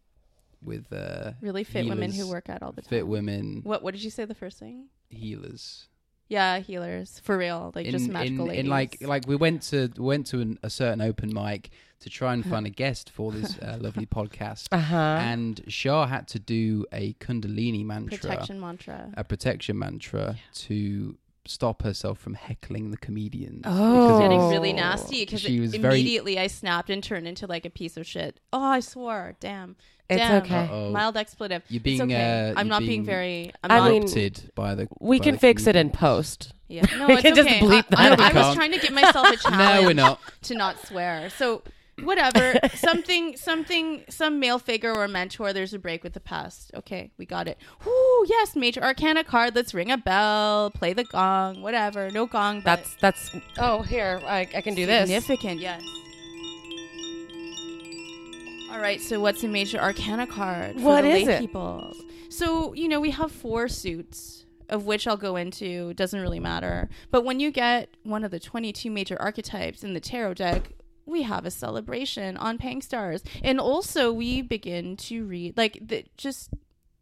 [SPEAKER 1] with uh,
[SPEAKER 3] Really fit women who
[SPEAKER 1] healers.
[SPEAKER 3] work out all the time.
[SPEAKER 1] fit women
[SPEAKER 3] What What did you say the first thing?
[SPEAKER 1] healers.
[SPEAKER 3] Yeah, healers for real, like just magical
[SPEAKER 1] in,
[SPEAKER 3] ladies.
[SPEAKER 1] in like like we went to went to an, a certain open mic to try and find a guest for this uh, lovely podcast,
[SPEAKER 2] Uh huh.
[SPEAKER 1] and Shah had to do a Kundalini mantra,
[SPEAKER 3] protection mantra.
[SPEAKER 1] a protection mantra to stop herself from heckling the comedians.
[SPEAKER 2] Oh.
[SPEAKER 1] because it
[SPEAKER 3] Getting
[SPEAKER 1] was-
[SPEAKER 3] really nasty because
[SPEAKER 1] She was very-
[SPEAKER 3] immediately I snapped and turned into like a piece of shit. Oh, I swore. Damn.
[SPEAKER 2] It's
[SPEAKER 3] Damn.
[SPEAKER 2] okay.
[SPEAKER 1] Uh-oh.
[SPEAKER 3] Mild expletive.
[SPEAKER 1] You're
[SPEAKER 3] It's
[SPEAKER 1] being,
[SPEAKER 3] okay.
[SPEAKER 1] uh, you're
[SPEAKER 3] I'm not being,
[SPEAKER 1] being-
[SPEAKER 3] very. I'm
[SPEAKER 2] I
[SPEAKER 3] not,
[SPEAKER 2] mean-
[SPEAKER 1] corrupted by the.
[SPEAKER 2] We
[SPEAKER 1] by
[SPEAKER 2] can
[SPEAKER 1] the
[SPEAKER 2] fix it in
[SPEAKER 1] comedians.
[SPEAKER 2] post.
[SPEAKER 3] yeah. No,
[SPEAKER 2] we
[SPEAKER 3] it's
[SPEAKER 2] can just
[SPEAKER 3] okay.
[SPEAKER 2] bleep
[SPEAKER 3] I,
[SPEAKER 1] that
[SPEAKER 3] I,
[SPEAKER 1] out.
[SPEAKER 3] I was trying to give myself a challenge.
[SPEAKER 1] No, we're not.
[SPEAKER 3] to not swear. So whatever, something, something, some male figure or mentor. There's a break with the past. Okay, we got it. Whoo, yes, major arcana card. Let's ring a bell, play the gong, whatever. No gong. But
[SPEAKER 2] That's that's. Oh, here I, I can do this.
[SPEAKER 3] significant. Yes. All right. So what's a major arcana card? For
[SPEAKER 2] What
[SPEAKER 3] the
[SPEAKER 2] is
[SPEAKER 3] lay
[SPEAKER 2] it?
[SPEAKER 3] People. So you know we have four suits. Of which I'll go into doesn't really matter. But when you get one of the 22 major archetypes in the tarot deck, we have a celebration on Pang Stars, and also we begin to read like the, just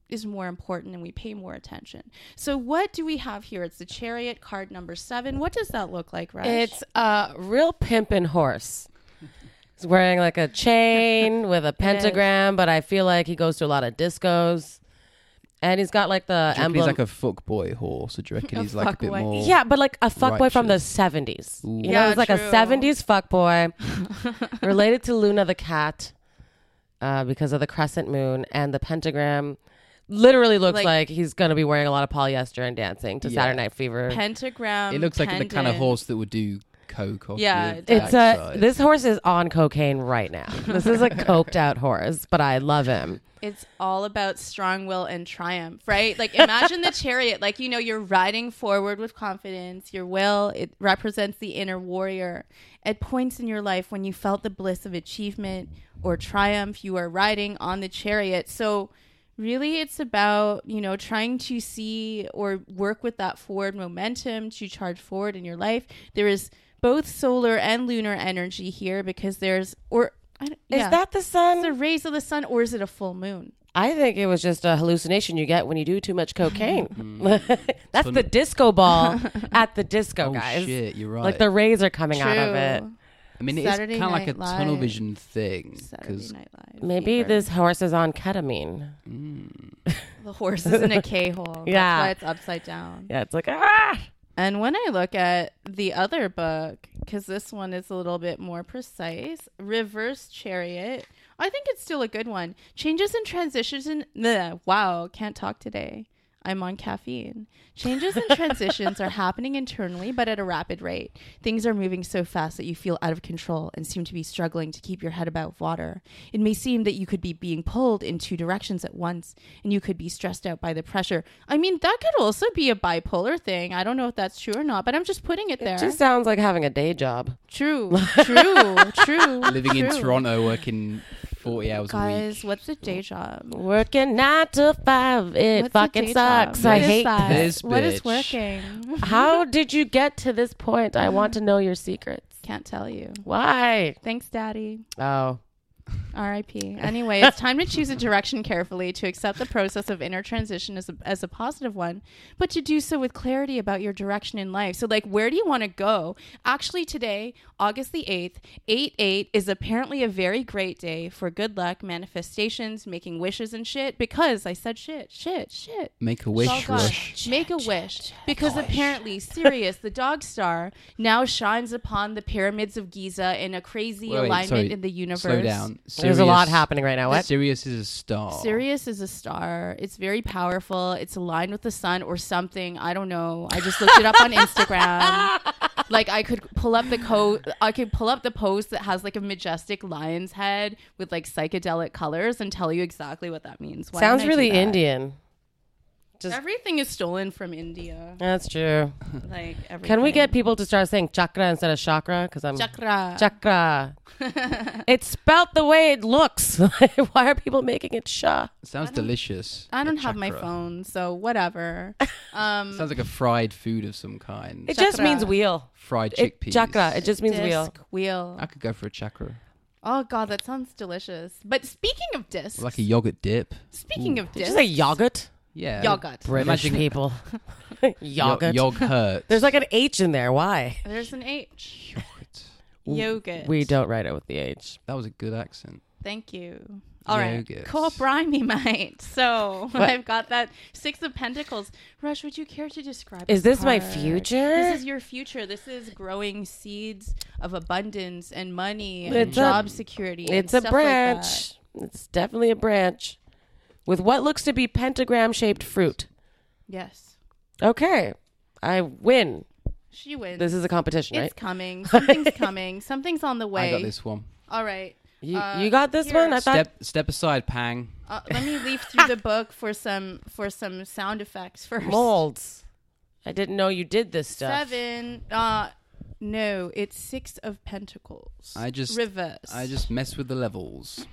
[SPEAKER 3] is more important and we pay more attention. So what do we have here? It's the Chariot card number seven. What does that look like, right?
[SPEAKER 2] It's a real pimpin' horse. He's wearing like a chain with a pentagram, but I feel like he goes to a lot of discos, and he's got like the
[SPEAKER 1] Do you reckon
[SPEAKER 2] emblem.
[SPEAKER 1] He's like a fuckboy horse. Or do you reckon he's like a bit
[SPEAKER 3] fuckboy.
[SPEAKER 1] more?
[SPEAKER 2] yeah, but like a fuckboy from the
[SPEAKER 1] Righteous.
[SPEAKER 2] 70s. You know,
[SPEAKER 3] Yeah,
[SPEAKER 2] he's like a
[SPEAKER 3] true.
[SPEAKER 2] 70s fuckboy related to Luna the cat uh, because of the crescent moon and the pentagram. Literally looks like,
[SPEAKER 3] Like-
[SPEAKER 2] he's going to be wearing a lot of polyester and dancing to
[SPEAKER 1] Yeah.
[SPEAKER 2] Saturday Night Fever.
[SPEAKER 3] pentagram.
[SPEAKER 1] It looks like the kind of
[SPEAKER 3] pendant.
[SPEAKER 1] horse that would do coke. Off
[SPEAKER 3] Yeah,
[SPEAKER 1] the
[SPEAKER 3] it does.
[SPEAKER 2] it's a,
[SPEAKER 1] backside.
[SPEAKER 2] this horse is on cocaine right now. This is a coked out horse, but I love him.
[SPEAKER 3] It's all about strong will and triumph, right? Like imagine the chariot. Like you know, you're riding forward with confidence. Your will it represents the inner warrior. At points in your life when you felt the bliss of achievement or triumph, you are riding on the chariot. So really it's about you know trying to see or work with that forward momentum to charge forward in your life there is both solar and lunar energy here because there's or I don't-
[SPEAKER 2] Is
[SPEAKER 3] yeah.
[SPEAKER 2] that the sun?
[SPEAKER 3] Is it rays of the sun or is it a full moon?
[SPEAKER 2] I think it was just a hallucination you get when you do too much cocaine. That's the disco ball at the disco,
[SPEAKER 1] Mm. Oh
[SPEAKER 2] guys.
[SPEAKER 1] shit, you're right.
[SPEAKER 2] Like the rays are coming out of it.
[SPEAKER 1] I mean, it's
[SPEAKER 3] Saturday
[SPEAKER 1] kind of like a
[SPEAKER 3] Night
[SPEAKER 1] tunnel
[SPEAKER 3] Live.
[SPEAKER 1] vision thing
[SPEAKER 3] Saturday
[SPEAKER 1] because
[SPEAKER 3] Night Live.
[SPEAKER 2] Maybe
[SPEAKER 3] fever.
[SPEAKER 2] this horse is on ketamine.
[SPEAKER 3] The horse is in a K hole.
[SPEAKER 2] Yeah.
[SPEAKER 3] That's why it's upside down.
[SPEAKER 2] Yeah, it's like ah.
[SPEAKER 3] And when I look at the other book, because this one is a little bit more precise, Reverse Chariot, I think it's still a good one. Changes and transitions in. Bleh, wow, can't talk today. I'm on caffeine. Changes and transitions are happening internally, but at a rapid rate. Things are moving so fast that you feel out of control and seem to be struggling to keep your head above water. It may seem that you could be being pulled in two directions at once, and you could be stressed out by the pressure. I mean, that could also be a bipolar thing. I don't know if that's true or not, but I'm just putting it there.
[SPEAKER 2] Just sounds like having a day job.
[SPEAKER 3] True, true, true.
[SPEAKER 1] Living in
[SPEAKER 3] true.
[SPEAKER 1] Toronto, working 40 hours a week.
[SPEAKER 3] Guys, what's a day job?
[SPEAKER 2] Working nine to five, it
[SPEAKER 3] What's a day
[SPEAKER 2] fucking
[SPEAKER 3] job?
[SPEAKER 2] sucks.
[SPEAKER 3] What
[SPEAKER 2] I
[SPEAKER 3] is
[SPEAKER 2] hate
[SPEAKER 3] that?
[SPEAKER 2] that.
[SPEAKER 1] This
[SPEAKER 3] What is
[SPEAKER 1] bitch.
[SPEAKER 3] working?
[SPEAKER 2] How did you get to this point? I want to know your secrets.
[SPEAKER 3] Can't tell you.
[SPEAKER 2] Why?
[SPEAKER 3] Thanks, Daddy.
[SPEAKER 2] Oh,
[SPEAKER 3] R.I.P. Anyway, it's time to choose a direction carefully, to accept the process of inner transition as a, as a positive one, but to do so with clarity about your direction in life. So, like, where do you want to go? Actually, today, August the 8th, 8 8 is apparently a very great day for good luck, manifestations, making wishes, and shit, because I said shit, shit, shit.
[SPEAKER 1] Make a
[SPEAKER 3] Shall
[SPEAKER 1] wish,
[SPEAKER 3] God
[SPEAKER 1] Rush.
[SPEAKER 3] Make a wish. Because apparently Sirius, the dog star, now shines upon the pyramids of Giza in a crazy
[SPEAKER 1] Wait, wait,
[SPEAKER 3] alignment
[SPEAKER 1] sorry.
[SPEAKER 3] in the universe.
[SPEAKER 1] Slow down.
[SPEAKER 2] there's a lot
[SPEAKER 1] Sirius-
[SPEAKER 2] happening right now. What?
[SPEAKER 1] Sirius is a star.
[SPEAKER 3] Sirius is a star. It's very powerful. It's aligned with the sun or something. I don't know. I just looked it up on Instagram. Like I could pull up the code. I could pull up the post that has like a majestic lion's head with like psychedelic colors and tell you exactly what that means. Why
[SPEAKER 2] Sounds
[SPEAKER 3] didn't I do
[SPEAKER 2] really
[SPEAKER 3] that?
[SPEAKER 2] Indian. Just
[SPEAKER 3] Everything is stolen from India.
[SPEAKER 2] that's true.
[SPEAKER 3] Like everything.
[SPEAKER 2] Can we get people to start saying chakra instead of chakra? Because I'm
[SPEAKER 3] chakra?
[SPEAKER 2] chakra. it's spelt the way it looks. Why are people making it sha?
[SPEAKER 1] Sounds delicious.
[SPEAKER 3] I don't have my
[SPEAKER 1] Chakra.
[SPEAKER 3] phone, so whatever. Um,
[SPEAKER 1] Sounds like a fried food of some kind.
[SPEAKER 2] It just
[SPEAKER 3] Chakra.
[SPEAKER 2] means wheel.
[SPEAKER 1] fried
[SPEAKER 2] It,
[SPEAKER 1] chickpeas.
[SPEAKER 2] chakra. It just means wheel.
[SPEAKER 3] disc wheel.
[SPEAKER 1] I could go for a chakra,
[SPEAKER 3] Oh god, that sounds delicious. But speaking of discs,
[SPEAKER 1] like a yogurt dip.
[SPEAKER 3] speaking of
[SPEAKER 2] Did you
[SPEAKER 3] discs,
[SPEAKER 2] say yogurt?
[SPEAKER 1] Yeah,
[SPEAKER 3] yogurt.
[SPEAKER 2] British
[SPEAKER 1] Imagine-
[SPEAKER 2] people.
[SPEAKER 1] Yo-
[SPEAKER 2] yogurt.
[SPEAKER 1] Yog hurt.
[SPEAKER 2] There's like an H in there. Why?
[SPEAKER 3] There's an H.
[SPEAKER 1] Yogurt.
[SPEAKER 3] Yogurt.
[SPEAKER 2] We don't write it with the H.
[SPEAKER 1] That was a good accent.
[SPEAKER 3] Thank you. All right.
[SPEAKER 1] Yogurt.
[SPEAKER 3] Cool, briny mate. So I've got that Six of Pentacles. Rush, would you care to describe?
[SPEAKER 2] Is this my
[SPEAKER 3] card?
[SPEAKER 2] future?
[SPEAKER 3] This is your future. This is growing seeds of abundance and money and
[SPEAKER 2] It's a-
[SPEAKER 3] job security. and
[SPEAKER 2] it's a
[SPEAKER 3] stuff like that.
[SPEAKER 2] branch. it's definitely a branch with what looks to be pentagram shaped fruit.
[SPEAKER 3] yes,
[SPEAKER 2] Okay. I win.
[SPEAKER 3] she wins.
[SPEAKER 2] This is a competition,
[SPEAKER 3] it's
[SPEAKER 2] right?
[SPEAKER 3] coming. Something's coming. Something's on the way.
[SPEAKER 1] I got this one.
[SPEAKER 3] All right.
[SPEAKER 2] You,
[SPEAKER 3] Uh,
[SPEAKER 2] you got this
[SPEAKER 3] here.
[SPEAKER 2] one? I thought
[SPEAKER 1] Step step aside, Pang.
[SPEAKER 3] Uh, let me leaf through the book for some for some sound effects first.
[SPEAKER 2] molds. I didn't know you did this stuff.
[SPEAKER 3] Seven. Uh, no, it's six of pentacles.
[SPEAKER 1] I just-
[SPEAKER 3] reverse.
[SPEAKER 1] I just mess with the levels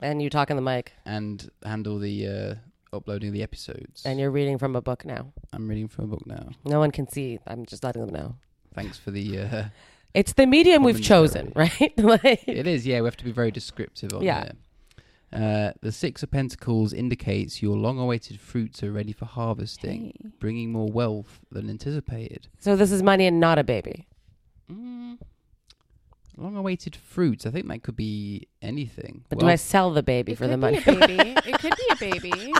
[SPEAKER 2] And you talk in the mic
[SPEAKER 1] and handle the uh, uploading the episodes.
[SPEAKER 2] and you're reading from a book now.
[SPEAKER 1] I'm reading from a book now.
[SPEAKER 2] No one can see. I'm just letting them know.
[SPEAKER 1] Thanks for the. Uh,
[SPEAKER 2] It's the medium we've chosen, right? like,
[SPEAKER 1] it is, yeah. We have to be very descriptive on
[SPEAKER 2] Yeah.
[SPEAKER 1] yeah. Uh, the Six of Pentacles indicates your long-awaited fruits are ready for harvesting,
[SPEAKER 3] Hey.
[SPEAKER 1] bringing more wealth than anticipated.
[SPEAKER 2] so this is money and not a baby.
[SPEAKER 1] Mm. Long-awaited fruits. I think that could be anything.
[SPEAKER 2] But do
[SPEAKER 1] Well,
[SPEAKER 2] I sell the baby
[SPEAKER 3] It
[SPEAKER 2] for the
[SPEAKER 3] could be
[SPEAKER 2] money?
[SPEAKER 3] a baby. It could be a baby.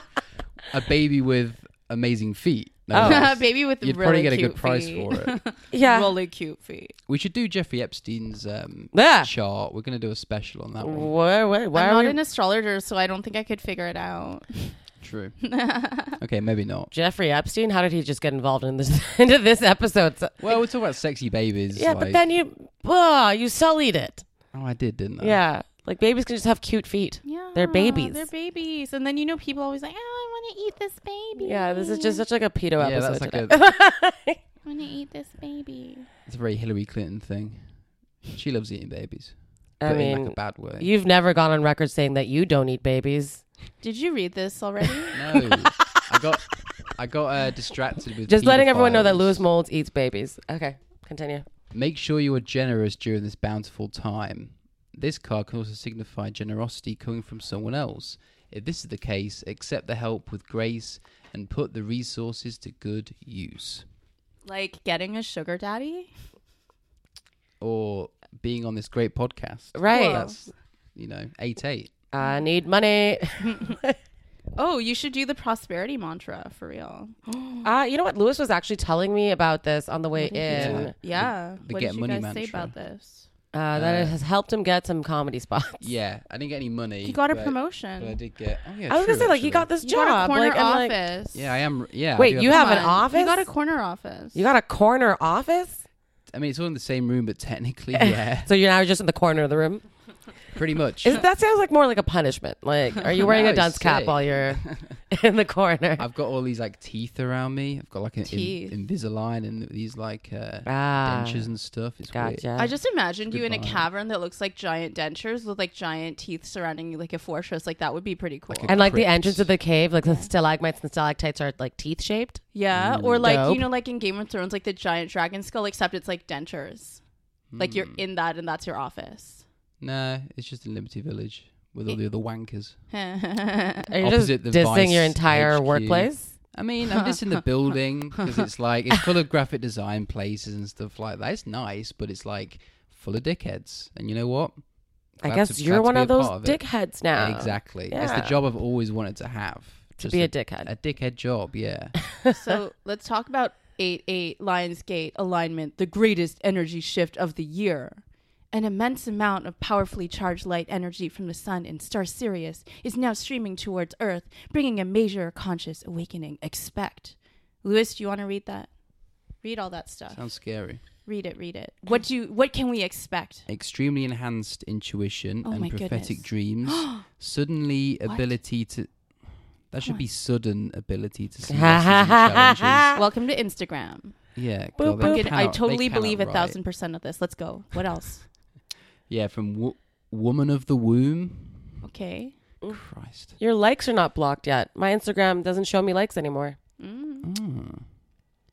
[SPEAKER 1] a baby with amazing feet.
[SPEAKER 2] Oh.
[SPEAKER 1] less.
[SPEAKER 3] a baby with
[SPEAKER 1] You'd probably
[SPEAKER 3] really
[SPEAKER 1] get a
[SPEAKER 3] cute
[SPEAKER 1] good price
[SPEAKER 3] feet.
[SPEAKER 1] for it.
[SPEAKER 2] yeah.
[SPEAKER 3] Really cute feet.
[SPEAKER 1] we should do Jeffrey Epstein's um,
[SPEAKER 2] yeah.
[SPEAKER 1] chart. We're going to do a special on that one.
[SPEAKER 2] Why, why, why
[SPEAKER 3] I'm
[SPEAKER 2] are
[SPEAKER 3] not
[SPEAKER 2] we
[SPEAKER 3] an astrologer, so I don't think I could figure it out.
[SPEAKER 1] True. okay, maybe not.
[SPEAKER 2] Jeffrey Epstein? How did he just get involved in this into this episode? So-
[SPEAKER 1] Well, we're talking about sexy babies.
[SPEAKER 2] yeah,
[SPEAKER 1] like-
[SPEAKER 2] but then you, oh, you sullied it.
[SPEAKER 1] oh, I did, didn't I?
[SPEAKER 2] Yeah, like babies can just have cute feet.
[SPEAKER 3] Yeah,
[SPEAKER 2] They're babies.
[SPEAKER 3] They're babies, and then you know people always like, oh, I want to eat this baby.
[SPEAKER 2] Yeah, this is just such like a pedo
[SPEAKER 1] yeah,
[SPEAKER 2] episode.
[SPEAKER 1] that's like
[SPEAKER 2] today.
[SPEAKER 1] a
[SPEAKER 3] I want to eat this baby.
[SPEAKER 1] It's a very Hillary Clinton thing. She loves eating babies.
[SPEAKER 2] I
[SPEAKER 1] but in like
[SPEAKER 2] mean,
[SPEAKER 1] a bad way.
[SPEAKER 2] you've never gone on record saying that you don't eat babies.
[SPEAKER 3] Did you read this already?
[SPEAKER 1] no, I got I got uh, distracted with
[SPEAKER 2] Just letting everyone know that
[SPEAKER 1] pedophiles.
[SPEAKER 2] Lewis Molds eats babies. Okay, continue.
[SPEAKER 1] Make sure you are generous during this bountiful time. This card can also signify generosity coming from someone else. If this is the case, accept the help with grace and put the resources to good use.
[SPEAKER 3] like getting a sugar daddy.
[SPEAKER 1] Or being on this great podcast.
[SPEAKER 2] Right.
[SPEAKER 3] Cool.
[SPEAKER 1] That's, you know, 8 8.
[SPEAKER 2] I need money.
[SPEAKER 3] Oh, you should do the prosperity mantra for real.
[SPEAKER 2] Uh, you know what? Lewis was actually telling me about this on the way
[SPEAKER 1] Yeah.
[SPEAKER 2] in.
[SPEAKER 3] Yeah.
[SPEAKER 1] the
[SPEAKER 3] what
[SPEAKER 1] get
[SPEAKER 3] did you
[SPEAKER 1] money
[SPEAKER 3] guys
[SPEAKER 1] mantra.
[SPEAKER 3] say about this?
[SPEAKER 2] Uh, that it has helped him get some comedy spots.
[SPEAKER 1] Yeah, I didn't get any money.
[SPEAKER 3] He got a
[SPEAKER 1] but- But I
[SPEAKER 3] promotion.
[SPEAKER 1] did get. Oh yeah,
[SPEAKER 2] I was
[SPEAKER 1] true,
[SPEAKER 2] gonna say like
[SPEAKER 1] actually.
[SPEAKER 2] you got this
[SPEAKER 3] You
[SPEAKER 2] job,
[SPEAKER 3] got a corner
[SPEAKER 2] like, and, like-
[SPEAKER 3] office.
[SPEAKER 1] Yeah, I am. Yeah. I
[SPEAKER 2] Wait,
[SPEAKER 1] do have-
[SPEAKER 2] you have an
[SPEAKER 3] Come on. You got a
[SPEAKER 2] office?
[SPEAKER 3] corner office.
[SPEAKER 2] you got a corner office,
[SPEAKER 1] I mean, it's all in the same room, but technically, yeah,
[SPEAKER 2] so you're now just in the corner of the room.
[SPEAKER 1] pretty much.
[SPEAKER 2] Is, that sounds like more like a punishment. Like, are you wearing
[SPEAKER 1] No,
[SPEAKER 2] a dunce
[SPEAKER 1] it's
[SPEAKER 2] cap
[SPEAKER 1] sick.
[SPEAKER 2] while you're in the corner?
[SPEAKER 1] I've got all these like teeth around me. I've got like an in-
[SPEAKER 3] Teeth.
[SPEAKER 1] Invisalign and these like uh,
[SPEAKER 2] Ah,
[SPEAKER 1] dentures and stuff. It's weird.
[SPEAKER 2] gotcha.
[SPEAKER 3] I just imagined you in a
[SPEAKER 1] Goodbye.
[SPEAKER 3] cavern that looks like giant dentures with like giant teeth surrounding you, like a fortress. Like that would be pretty cool.
[SPEAKER 1] Like a-
[SPEAKER 2] and like the
[SPEAKER 1] Crypts.
[SPEAKER 2] entrance of the cave, like the stalagmites and stalactites are like teeth shaped.
[SPEAKER 3] yeah,
[SPEAKER 1] Mm,
[SPEAKER 3] or like
[SPEAKER 2] Dope.
[SPEAKER 3] you know, like in Game of Thrones, like the giant dragon skull, except it's like dentures. Like
[SPEAKER 1] Mm.
[SPEAKER 3] you're in that, and that's your office.
[SPEAKER 1] Hmm. Nah, it's just in Liberty Village with all the other wankers.
[SPEAKER 2] Are you just
[SPEAKER 1] Opposite the
[SPEAKER 2] dissing
[SPEAKER 1] Vice
[SPEAKER 2] your entire
[SPEAKER 1] HQ.
[SPEAKER 2] workplace?
[SPEAKER 1] I mean, I'm just in the building because it's like it's full of graphic design places and stuff like that. It's nice, but it's like full of dickheads. And you know what?
[SPEAKER 2] I
[SPEAKER 1] Glad
[SPEAKER 2] guess
[SPEAKER 1] to- glad
[SPEAKER 2] you're
[SPEAKER 1] to
[SPEAKER 2] one
[SPEAKER 1] be
[SPEAKER 2] of
[SPEAKER 1] a
[SPEAKER 2] those
[SPEAKER 1] part of it.
[SPEAKER 2] dickheads now.
[SPEAKER 1] Exactly. It's the
[SPEAKER 2] Yeah.
[SPEAKER 1] job I've always wanted to have.
[SPEAKER 2] To
[SPEAKER 1] Just
[SPEAKER 2] be a dickhead.
[SPEAKER 1] a dickhead job. Yeah.
[SPEAKER 3] so let's talk about 8 8 Lionsgate alignment, the greatest energy shift of the year. An immense amount of powerfully charged light energy from the sun and star Sirius is now streaming towards Earth, bringing a major conscious awakening. Expect. Lewis, do you want to read that? Read all that stuff.
[SPEAKER 1] Sounds scary.
[SPEAKER 3] read it, read it. What do you, what can we expect?
[SPEAKER 1] extremely enhanced intuition
[SPEAKER 3] Oh my
[SPEAKER 1] and prophetic
[SPEAKER 3] goodness.
[SPEAKER 1] dreams. suddenly ability to that should be sudden ability to see lessons and
[SPEAKER 2] Uh,
[SPEAKER 1] challenges.
[SPEAKER 3] Welcome to Instagram.
[SPEAKER 1] Yeah, God,
[SPEAKER 2] Boop,
[SPEAKER 1] they
[SPEAKER 2] boop.
[SPEAKER 3] I'm good. I
[SPEAKER 1] cannot- they
[SPEAKER 3] totally
[SPEAKER 1] cannot
[SPEAKER 3] believe a
[SPEAKER 1] write.
[SPEAKER 3] thousand percent of this. Let's go. What else?
[SPEAKER 1] Yeah, from wo- woman of the womb.
[SPEAKER 3] Okay.
[SPEAKER 1] Christ.
[SPEAKER 2] Your likes are not blocked yet. My Instagram doesn't show me likes anymore.
[SPEAKER 3] Mm.
[SPEAKER 1] Hmm.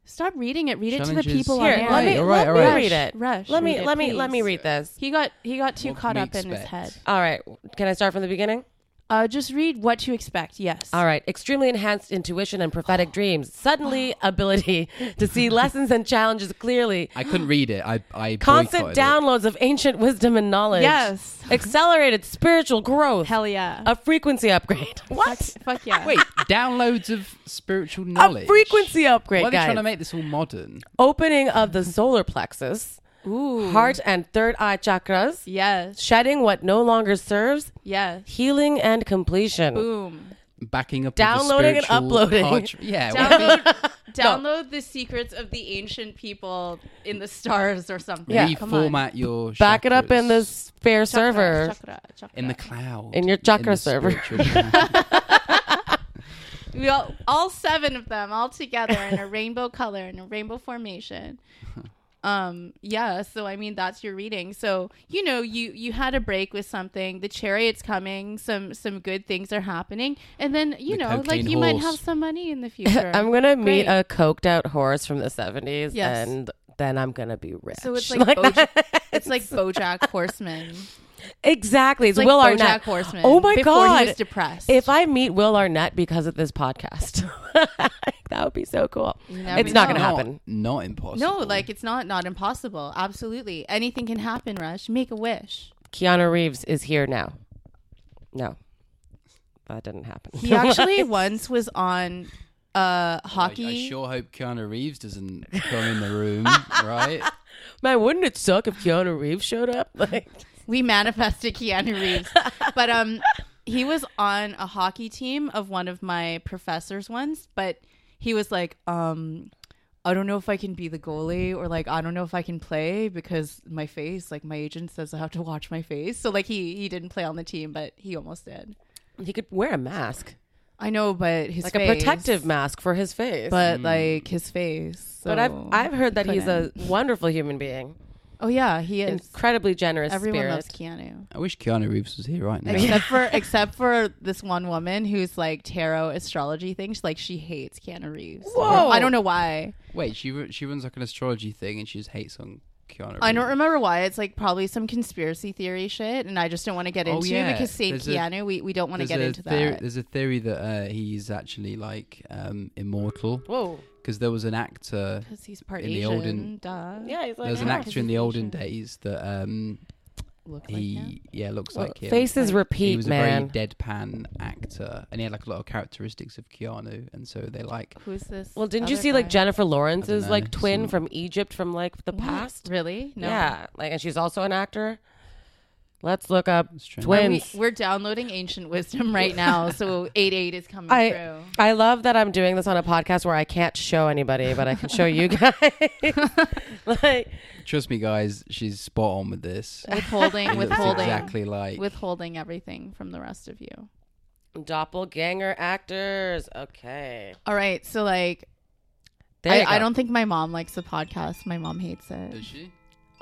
[SPEAKER 3] Stop reading it. Read it to the
[SPEAKER 1] Challenges.
[SPEAKER 3] people
[SPEAKER 2] Here,
[SPEAKER 3] on air.
[SPEAKER 2] let me,
[SPEAKER 1] All right,
[SPEAKER 2] let
[SPEAKER 1] all
[SPEAKER 2] me
[SPEAKER 1] right.
[SPEAKER 2] read it.
[SPEAKER 3] Rush.
[SPEAKER 2] Let me
[SPEAKER 3] read it,
[SPEAKER 2] let me let me
[SPEAKER 3] please.
[SPEAKER 2] read this.
[SPEAKER 3] He got he got too
[SPEAKER 1] What
[SPEAKER 3] caught
[SPEAKER 1] can
[SPEAKER 3] up
[SPEAKER 1] we
[SPEAKER 3] in his
[SPEAKER 1] expect?
[SPEAKER 3] head.
[SPEAKER 2] All right, can I start from the beginning?
[SPEAKER 3] Uh, just read what you expect. Yes.
[SPEAKER 2] All right, extremely enhanced intuition and prophetic dreams. Suddenly, ability to see lessons and challenges clearly.
[SPEAKER 1] I couldn't read it. I I
[SPEAKER 2] Constant
[SPEAKER 1] boycotted it.
[SPEAKER 2] downloads of ancient wisdom and knowledge.
[SPEAKER 3] Yes.
[SPEAKER 2] Accelerated spiritual growth.
[SPEAKER 3] Hell yeah.
[SPEAKER 2] A frequency upgrade. Uh, What?
[SPEAKER 3] Fuck yeah.
[SPEAKER 1] Wait, downloads of spiritual knowledge.
[SPEAKER 2] A frequency upgrade,
[SPEAKER 1] Why are they
[SPEAKER 2] guys.
[SPEAKER 1] trying to make this all modern?
[SPEAKER 2] Opening of the solar plexus,
[SPEAKER 3] Ooh.
[SPEAKER 2] heart and third eye chakras,
[SPEAKER 3] Yes.
[SPEAKER 2] shedding what no longer serves,
[SPEAKER 3] Yes.
[SPEAKER 2] healing and completion.
[SPEAKER 3] Boom.
[SPEAKER 1] Backing up,
[SPEAKER 2] Downloading
[SPEAKER 1] with
[SPEAKER 2] and
[SPEAKER 1] the spiritual
[SPEAKER 2] uploading.
[SPEAKER 1] arch- Yeah, well,
[SPEAKER 3] Download, download the secrets of the ancient people in the stars or something.
[SPEAKER 2] Yeah.
[SPEAKER 3] Come on.
[SPEAKER 1] reformat your.
[SPEAKER 2] Back it up in
[SPEAKER 1] chakras.
[SPEAKER 2] this fair
[SPEAKER 3] Chakra,
[SPEAKER 2] server.
[SPEAKER 3] chakra, chakra.
[SPEAKER 1] in the cloud
[SPEAKER 2] In your chakra
[SPEAKER 1] the
[SPEAKER 2] server.
[SPEAKER 1] spiritual-
[SPEAKER 3] we all, all seven of them all together in a rainbow color in a rainbow formation um yeah so i mean that's your reading so you know you you had a break with something the chariot's coming some some good things are happening and then you
[SPEAKER 1] The
[SPEAKER 3] know like
[SPEAKER 1] cocaine
[SPEAKER 3] you might
[SPEAKER 1] horse.
[SPEAKER 3] have some money in the future
[SPEAKER 2] I'm gonna meet
[SPEAKER 3] Great.
[SPEAKER 2] a coked out horse from the 70s,
[SPEAKER 3] Yes.
[SPEAKER 2] and then I'm gonna be rich.
[SPEAKER 3] so it's like,
[SPEAKER 2] that.
[SPEAKER 3] Bojack, it's like bojack horseman
[SPEAKER 2] exactly. It's,
[SPEAKER 3] like
[SPEAKER 2] Will
[SPEAKER 3] bojack
[SPEAKER 2] Arnett.
[SPEAKER 3] horseman
[SPEAKER 2] Oh my
[SPEAKER 3] before
[SPEAKER 2] god!
[SPEAKER 3] he was depressed
[SPEAKER 2] if I meet Will Arnett because of this podcast, that would be so cool.
[SPEAKER 3] never
[SPEAKER 2] It's not gonna
[SPEAKER 3] know.
[SPEAKER 2] happen.
[SPEAKER 1] Not impossible.
[SPEAKER 3] no like it's not not impossible absolutely anything can happen rush make a wish
[SPEAKER 2] Keanu Reeves is here now. No, that didn't happen.
[SPEAKER 3] He actually once was on uh hockey.
[SPEAKER 1] I, I sure hope Keanu Reeves doesn't come in the room, right?
[SPEAKER 2] Man, wouldn't it suck if Keanu Reeves showed up? Like,
[SPEAKER 3] We manifested Keanu Reeves. but um he was on a hockey team of one of my professors once, but he was like, um, I don't know if I can be the goalie or like I don't know if I can play because my face, like my agent says I have to watch my face. So like he he didn't play on the team, but he almost did.
[SPEAKER 2] he could wear a mask,
[SPEAKER 3] I know, but his
[SPEAKER 2] like
[SPEAKER 3] face,
[SPEAKER 2] a protective mask for his face.
[SPEAKER 3] but like his face.
[SPEAKER 2] But I've
[SPEAKER 3] so
[SPEAKER 2] I've heard that he's a
[SPEAKER 3] couldn't.
[SPEAKER 2] wonderful human being,
[SPEAKER 3] oh yeah he is
[SPEAKER 2] incredibly generous
[SPEAKER 3] everyone
[SPEAKER 2] spirit.
[SPEAKER 3] loves Keanu
[SPEAKER 1] I wish Keanu Reeves was here right now.
[SPEAKER 3] except for except for this one woman who's like tarot astrology thing. She's like she hates Keanu Reeves.
[SPEAKER 2] Whoa.
[SPEAKER 3] I don't know why.
[SPEAKER 1] Wait, she ru- she runs like an astrology thing, and she just hates on Keanu. Reeves.
[SPEAKER 3] I don't remember why. It's like probably some conspiracy theory shit, and I just don't want to get
[SPEAKER 1] Oh,
[SPEAKER 3] into
[SPEAKER 1] yeah.
[SPEAKER 3] because save
[SPEAKER 1] There's a-
[SPEAKER 3] Keanu. we we don't want to
[SPEAKER 1] There's
[SPEAKER 3] get
[SPEAKER 1] a
[SPEAKER 3] into
[SPEAKER 1] theory,
[SPEAKER 3] that.
[SPEAKER 1] There's a theory that uh, he's actually like um, immortal
[SPEAKER 2] Whoa,
[SPEAKER 1] because there was an actor.
[SPEAKER 3] Because he's part
[SPEAKER 1] in the
[SPEAKER 3] Asian.
[SPEAKER 1] olden-
[SPEAKER 3] duh.
[SPEAKER 2] yeah, he's like "Ah."
[SPEAKER 1] There was an
[SPEAKER 2] yeah.
[SPEAKER 1] actor in the olden days that um,
[SPEAKER 3] look like
[SPEAKER 1] he
[SPEAKER 3] him?
[SPEAKER 1] yeah looks
[SPEAKER 2] Well,
[SPEAKER 1] like him.
[SPEAKER 2] faces repeat,
[SPEAKER 1] he was
[SPEAKER 2] man.
[SPEAKER 1] a very deadpan actor, and he had like a lot of characteristics of Keanu, and so they like
[SPEAKER 3] Who's this?
[SPEAKER 2] well, didn't you
[SPEAKER 3] other
[SPEAKER 2] see like
[SPEAKER 3] guy?
[SPEAKER 2] Jennifer Lawrence's
[SPEAKER 1] know,
[SPEAKER 2] like twin
[SPEAKER 1] some-
[SPEAKER 2] from Egypt from like the
[SPEAKER 3] What?
[SPEAKER 2] past?
[SPEAKER 3] Really? No.
[SPEAKER 2] Yeah, like, and she's also an actor. Let's look up
[SPEAKER 1] It's strange.
[SPEAKER 3] Are We,
[SPEAKER 2] twins.
[SPEAKER 3] we're downloading ancient wisdom right now, so eight eight is coming
[SPEAKER 2] I
[SPEAKER 3] through.
[SPEAKER 2] I love that I'm doing this on a podcast where I can't show anybody, but I can show you guys. like,
[SPEAKER 1] trust me, guys, she's spot on with this.
[SPEAKER 3] Withholding,
[SPEAKER 1] He looks
[SPEAKER 3] withholding,
[SPEAKER 1] exactly like
[SPEAKER 3] withholding everything from the rest of you.
[SPEAKER 2] doppelganger actors. Okay,
[SPEAKER 3] All right, so like,
[SPEAKER 2] there you
[SPEAKER 3] I,
[SPEAKER 2] go.
[SPEAKER 3] I don't think my mom likes the podcast. My mom hates it.
[SPEAKER 1] Does she?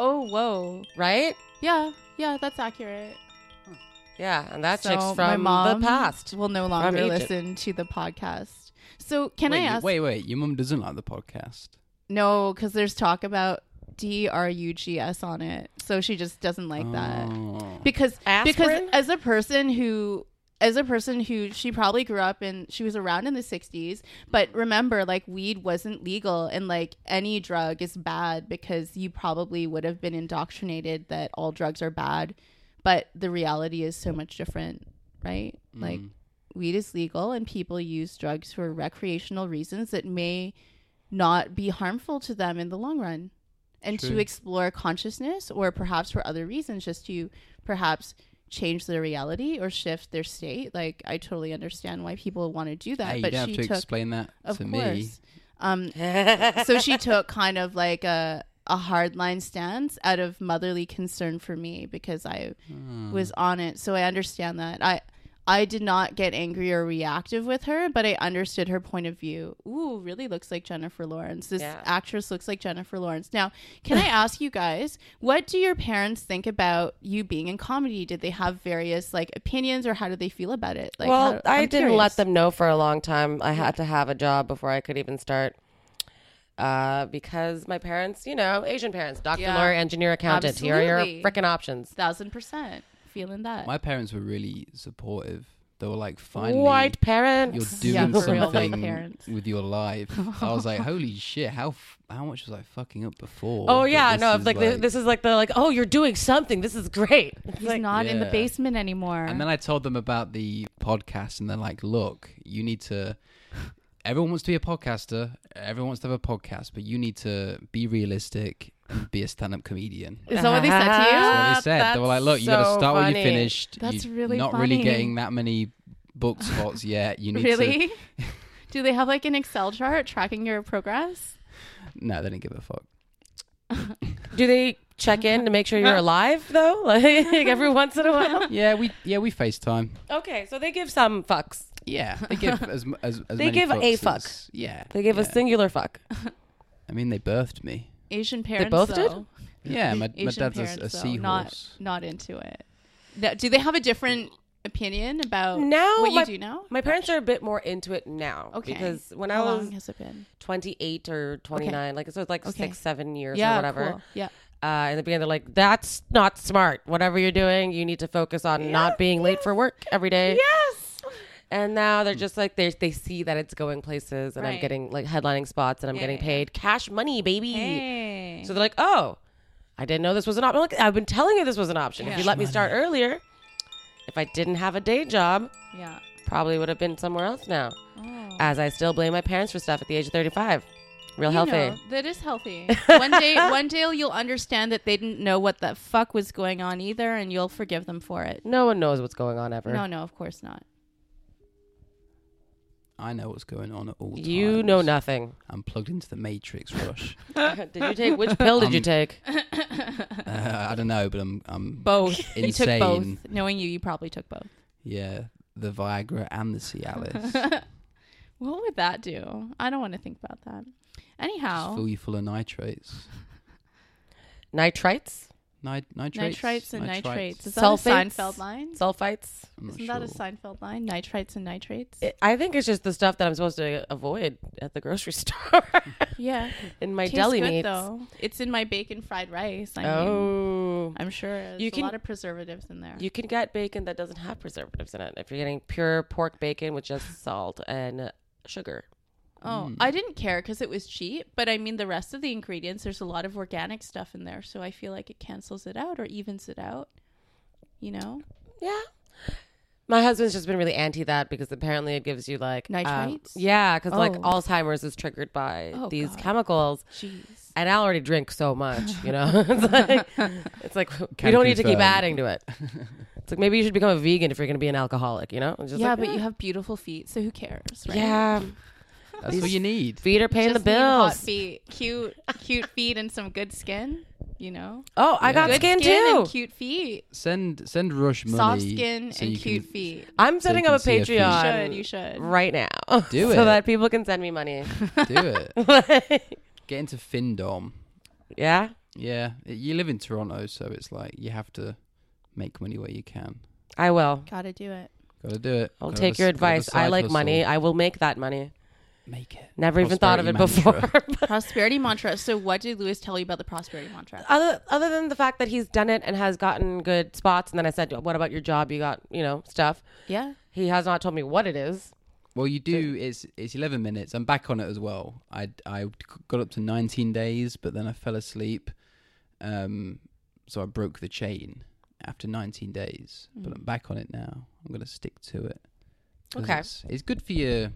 [SPEAKER 3] Oh, whoa.
[SPEAKER 2] right.
[SPEAKER 3] Yeah, yeah, that's accurate.
[SPEAKER 2] Yeah, and that
[SPEAKER 3] So
[SPEAKER 2] chick's from
[SPEAKER 3] my mom
[SPEAKER 2] the past.
[SPEAKER 3] Will no longer
[SPEAKER 2] Egypt.
[SPEAKER 3] listen to the podcast. So can
[SPEAKER 1] wait,
[SPEAKER 3] I
[SPEAKER 1] you-
[SPEAKER 3] ask?
[SPEAKER 1] Wait, wait, your mum doesn't like the podcast.
[SPEAKER 3] No, because there's talk about D R U G S on it, so she just doesn't like that.
[SPEAKER 1] Oh.
[SPEAKER 3] because because
[SPEAKER 2] Aspirin?
[SPEAKER 3] as a person who as a person who she probably grew up in she was around in the 60s but remember like weed wasn't legal and like any drug is bad because you probably would have been indoctrinated that all drugs are bad but the reality is so much different right like
[SPEAKER 1] Mm-hmm.
[SPEAKER 3] weed is legal and people use drugs for recreational reasons that may not be harmful to them in the long run and
[SPEAKER 1] True.
[SPEAKER 3] to explore consciousness or perhaps for other reasons just to perhaps change their reality or shift their state like i totally understand why people want to do that
[SPEAKER 1] hey, you
[SPEAKER 3] but
[SPEAKER 1] don't
[SPEAKER 3] she
[SPEAKER 1] have to
[SPEAKER 3] took
[SPEAKER 1] explain that
[SPEAKER 3] of
[SPEAKER 1] to
[SPEAKER 3] course
[SPEAKER 1] me.
[SPEAKER 3] um so she took kind of like a a hardline stance out of motherly concern for me because i
[SPEAKER 1] Hmm.
[SPEAKER 3] was on it so i understand that i i did not get angry or reactive with her but i understood her point of view ooh really looks like jennifer lawrence this
[SPEAKER 2] Yeah.
[SPEAKER 3] actress looks like jennifer lawrence now can i ask you guys what do your parents think about you being in comedy did they have various like opinions or how do they feel about it like
[SPEAKER 2] well,
[SPEAKER 3] how-
[SPEAKER 2] I
[SPEAKER 3] I'm
[SPEAKER 2] didn't
[SPEAKER 3] curious.
[SPEAKER 2] let them know for a long time. I had to have a job before I could even start. Uh, because my parents, you know, Asian parents, doctor,
[SPEAKER 3] Yeah.
[SPEAKER 2] lawyer, engineer, accountant. Here are your
[SPEAKER 3] Absolutely.
[SPEAKER 2] freaking options.
[SPEAKER 3] thousand percent feeling that
[SPEAKER 1] My parents were really supportive. They were like, finally,
[SPEAKER 2] White
[SPEAKER 1] you're
[SPEAKER 2] parents.
[SPEAKER 1] doing
[SPEAKER 3] Yeah, for real, like
[SPEAKER 1] something
[SPEAKER 3] parents.
[SPEAKER 1] with your life. I was like, holy shit, how f- how much was I fucking up before?
[SPEAKER 2] Oh
[SPEAKER 1] But
[SPEAKER 2] yeah,
[SPEAKER 1] this
[SPEAKER 2] no,
[SPEAKER 1] is
[SPEAKER 2] it's like, the this is like the like, oh, you're doing something. This is great. It's
[SPEAKER 3] he's
[SPEAKER 2] like,
[SPEAKER 3] not in the
[SPEAKER 1] Yeah.
[SPEAKER 3] basement anymore
[SPEAKER 1] And then I told them about the podcast, and they're like, "Look, you need to. Everyone wants to be a podcaster. Everyone wants to have a podcast, but you need to be realistic and be a stand-up comedian."
[SPEAKER 3] is that what they said to you
[SPEAKER 1] That's what they said. they were like, "Look, you got
[SPEAKER 2] That's
[SPEAKER 1] to start when
[SPEAKER 2] so
[SPEAKER 1] you
[SPEAKER 2] funny.
[SPEAKER 1] finished.
[SPEAKER 3] That's
[SPEAKER 1] You're
[SPEAKER 3] really
[SPEAKER 1] not
[SPEAKER 3] funny.
[SPEAKER 1] really getting that many book spots yet. You need to."
[SPEAKER 3] Really? Do they have like an Excel chart tracking your progress?
[SPEAKER 1] No, they didn't give a fuck.
[SPEAKER 2] Do they check in to make sure you're alive though? Like every once in a while.
[SPEAKER 1] Yeah, we yeah we FaceTime.
[SPEAKER 2] Okay, so they give some fucks.
[SPEAKER 1] Yeah, they give as mu- as, as
[SPEAKER 2] They
[SPEAKER 1] many
[SPEAKER 2] give a
[SPEAKER 1] fucks
[SPEAKER 2] fuck.
[SPEAKER 1] as- yeah,
[SPEAKER 2] They give a
[SPEAKER 1] yeah.
[SPEAKER 2] singular fuck.
[SPEAKER 1] I mean, they birthed me.
[SPEAKER 3] Asian parents.
[SPEAKER 2] both did?
[SPEAKER 3] though.
[SPEAKER 1] Yeah, my, my
[SPEAKER 3] Asian
[SPEAKER 1] dad's a, a
[SPEAKER 3] parents, though,
[SPEAKER 1] seahorse.
[SPEAKER 3] Not not into it. No, do they have a different opinion
[SPEAKER 2] Oh,
[SPEAKER 3] about
[SPEAKER 2] Now
[SPEAKER 3] what
[SPEAKER 2] my-
[SPEAKER 3] you do now?
[SPEAKER 2] My parents are a bit more into it now.
[SPEAKER 3] Okay.
[SPEAKER 2] Because when
[SPEAKER 3] How
[SPEAKER 2] I
[SPEAKER 3] long
[SPEAKER 2] was
[SPEAKER 3] has it been?
[SPEAKER 2] 28 or 29, like, so it's like
[SPEAKER 3] Okay.
[SPEAKER 2] six, seven years
[SPEAKER 3] yeah,
[SPEAKER 2] or whatever.
[SPEAKER 3] cool. Yeah.
[SPEAKER 2] Uh, in the beginning, they're like, that's not smart. Whatever you're doing, you need to focus on not being late for work every day.
[SPEAKER 3] Yes.
[SPEAKER 2] And now they're just like, they they see that it's going places and I'm
[SPEAKER 3] Right.
[SPEAKER 2] getting like headlining spots and I'm getting paid cash money, baby.
[SPEAKER 3] Hey.
[SPEAKER 2] So they're like, oh, I didn't know this was an option. Like, I've been telling you this was an option. If you let me start earlier, if I didn't have a day job,
[SPEAKER 3] yeah.
[SPEAKER 2] probably would have been somewhere else now.
[SPEAKER 3] Oh.
[SPEAKER 2] As I still blame my parents for stuff at the age of 35. Real healthy.
[SPEAKER 3] You know, that is healthy. one day, one day you'll understand that they didn't know what the fuck was going on either, and you'll forgive them for it.
[SPEAKER 2] No one knows what's going on ever.
[SPEAKER 3] No, no, of course not.
[SPEAKER 1] I know what's going on at all times.
[SPEAKER 2] you know nothing.
[SPEAKER 1] I'm plugged into the matrix rush.
[SPEAKER 2] did you take which pill did you
[SPEAKER 1] Um,
[SPEAKER 2] take?
[SPEAKER 1] uh, I don't know, but I'm I'm
[SPEAKER 3] Both. You took
[SPEAKER 1] Insane.
[SPEAKER 3] both. Knowing you, you probably took both.
[SPEAKER 1] yeah, the Viagra and the Cialis.
[SPEAKER 3] What would that do? I don't want to think about that.
[SPEAKER 1] Just
[SPEAKER 3] Anyhow,
[SPEAKER 1] fill you full of nitrates.
[SPEAKER 2] Nitrites,
[SPEAKER 1] Ni- nitrates.
[SPEAKER 3] nitrites and nitrates. Is that a
[SPEAKER 2] Sulfates?
[SPEAKER 3] Seinfeld line?
[SPEAKER 2] sulfites.
[SPEAKER 1] I'm not
[SPEAKER 3] Isn't that a
[SPEAKER 1] sure.
[SPEAKER 3] Seinfeld line? Nitrites and nitrates.
[SPEAKER 2] It- I think it's just the stuff that I'm supposed to avoid at the grocery store
[SPEAKER 3] yeah,
[SPEAKER 2] in my
[SPEAKER 3] Tastes
[SPEAKER 2] deli
[SPEAKER 3] good
[SPEAKER 2] meats.
[SPEAKER 3] though. It's in my bacon fried rice. I mean,
[SPEAKER 2] Oh.
[SPEAKER 3] I'm sure there's
[SPEAKER 2] You
[SPEAKER 3] a
[SPEAKER 2] can-
[SPEAKER 3] lot of preservatives in there.
[SPEAKER 2] You can get bacon that doesn't have preservatives in it. If you're getting pure pork bacon with just salt and sugar.
[SPEAKER 3] oh,
[SPEAKER 1] Mm.
[SPEAKER 3] I didn't care because it was cheap, but I mean the rest of the ingredients. There's a lot of organic stuff in there, so I feel like it cancels it out or evens it out. You know,
[SPEAKER 2] Yeah. My husband's just been really anti that because apparently it gives you like um,
[SPEAKER 3] Nitrites?
[SPEAKER 2] yeah, because like
[SPEAKER 3] Oh.
[SPEAKER 2] Alzheimer's is triggered by
[SPEAKER 3] Oh,
[SPEAKER 2] these
[SPEAKER 3] God.
[SPEAKER 2] chemicals.
[SPEAKER 3] jeez.
[SPEAKER 2] And I already drink so much, you know. it's like it's like
[SPEAKER 1] Can
[SPEAKER 2] you don't need to keep
[SPEAKER 1] confirm.
[SPEAKER 2] adding to it. It's like maybe you should become a vegan if you're going to be an alcoholic, you know. It's just
[SPEAKER 3] yeah,
[SPEAKER 2] like,
[SPEAKER 3] but
[SPEAKER 2] eh.
[SPEAKER 3] you have beautiful feet, so who cares? Right?
[SPEAKER 2] yeah,
[SPEAKER 1] That's what you need.
[SPEAKER 2] feet are paying the
[SPEAKER 3] Just need hot
[SPEAKER 2] bills.
[SPEAKER 3] feet, cute, cute feet, and some good skin. You know,
[SPEAKER 2] Oh, I got
[SPEAKER 3] good
[SPEAKER 2] skin,
[SPEAKER 3] skin
[SPEAKER 2] too.
[SPEAKER 3] and cute feet,
[SPEAKER 1] Send send Rush money.
[SPEAKER 3] soft skin
[SPEAKER 1] so
[SPEAKER 3] and
[SPEAKER 1] you can-
[SPEAKER 3] cute feet.
[SPEAKER 2] I'm
[SPEAKER 1] So
[SPEAKER 2] setting
[SPEAKER 1] you
[SPEAKER 2] up a
[SPEAKER 1] can see a
[SPEAKER 3] You
[SPEAKER 1] few-
[SPEAKER 2] Patreon
[SPEAKER 3] should, you should.
[SPEAKER 2] right now,
[SPEAKER 1] Do
[SPEAKER 2] so
[SPEAKER 1] it.
[SPEAKER 2] that people can send me money.
[SPEAKER 1] Do it. Get into Findom.
[SPEAKER 2] yeah,
[SPEAKER 1] Yeah, it- you live in Toronto, so it's like you have to make money where you can.
[SPEAKER 2] I will.
[SPEAKER 3] Gotta do it.
[SPEAKER 1] Got to do it.
[SPEAKER 2] I'll
[SPEAKER 1] Gotta
[SPEAKER 2] take
[SPEAKER 1] s-
[SPEAKER 2] your
[SPEAKER 1] gotta
[SPEAKER 2] advice. I
[SPEAKER 1] side
[SPEAKER 2] like
[SPEAKER 1] hustle.
[SPEAKER 2] money. I will make that money.
[SPEAKER 1] Make it.
[SPEAKER 2] Never even thought of it
[SPEAKER 1] Prosperity mantra.
[SPEAKER 2] before.
[SPEAKER 3] prosperity mantra. So, what did Lewis tell you about the prosperity mantra?
[SPEAKER 2] other other than the fact that he's done it and has gotten good spots, and then I said, "What about your job? You got you know stuff."
[SPEAKER 3] Yeah.
[SPEAKER 2] He has not told me what it is.
[SPEAKER 1] Well, you do. It's it's eleven minutes. I'm back on it as well. I I got up to nineteen days, but then I fell asleep, um, so I broke the chain after nineteen days. But I'm back on it now. I'm gonna stick to it. 'Cause
[SPEAKER 2] Okay.
[SPEAKER 1] It's, it's good for your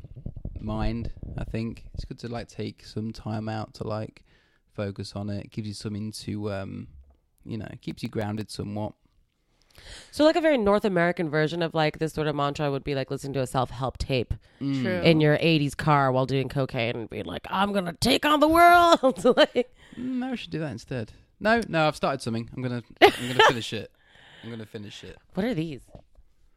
[SPEAKER 1] mind. I think it's good to like take some time out to like focus on it. It gives you something to um, you know, keeps you grounded somewhat.
[SPEAKER 2] So like a very North American version of like this sort of mantra would be like listening to a self help tape
[SPEAKER 3] True.
[SPEAKER 2] in your '80s car while doing cocaine and being like, "I'm gonna take on the world." So, like,
[SPEAKER 1] Mm, maybe I should do that instead. No, no, I've started something. I'm gonna I'm gonna finish it. I'm gonna finish it.
[SPEAKER 2] what are these?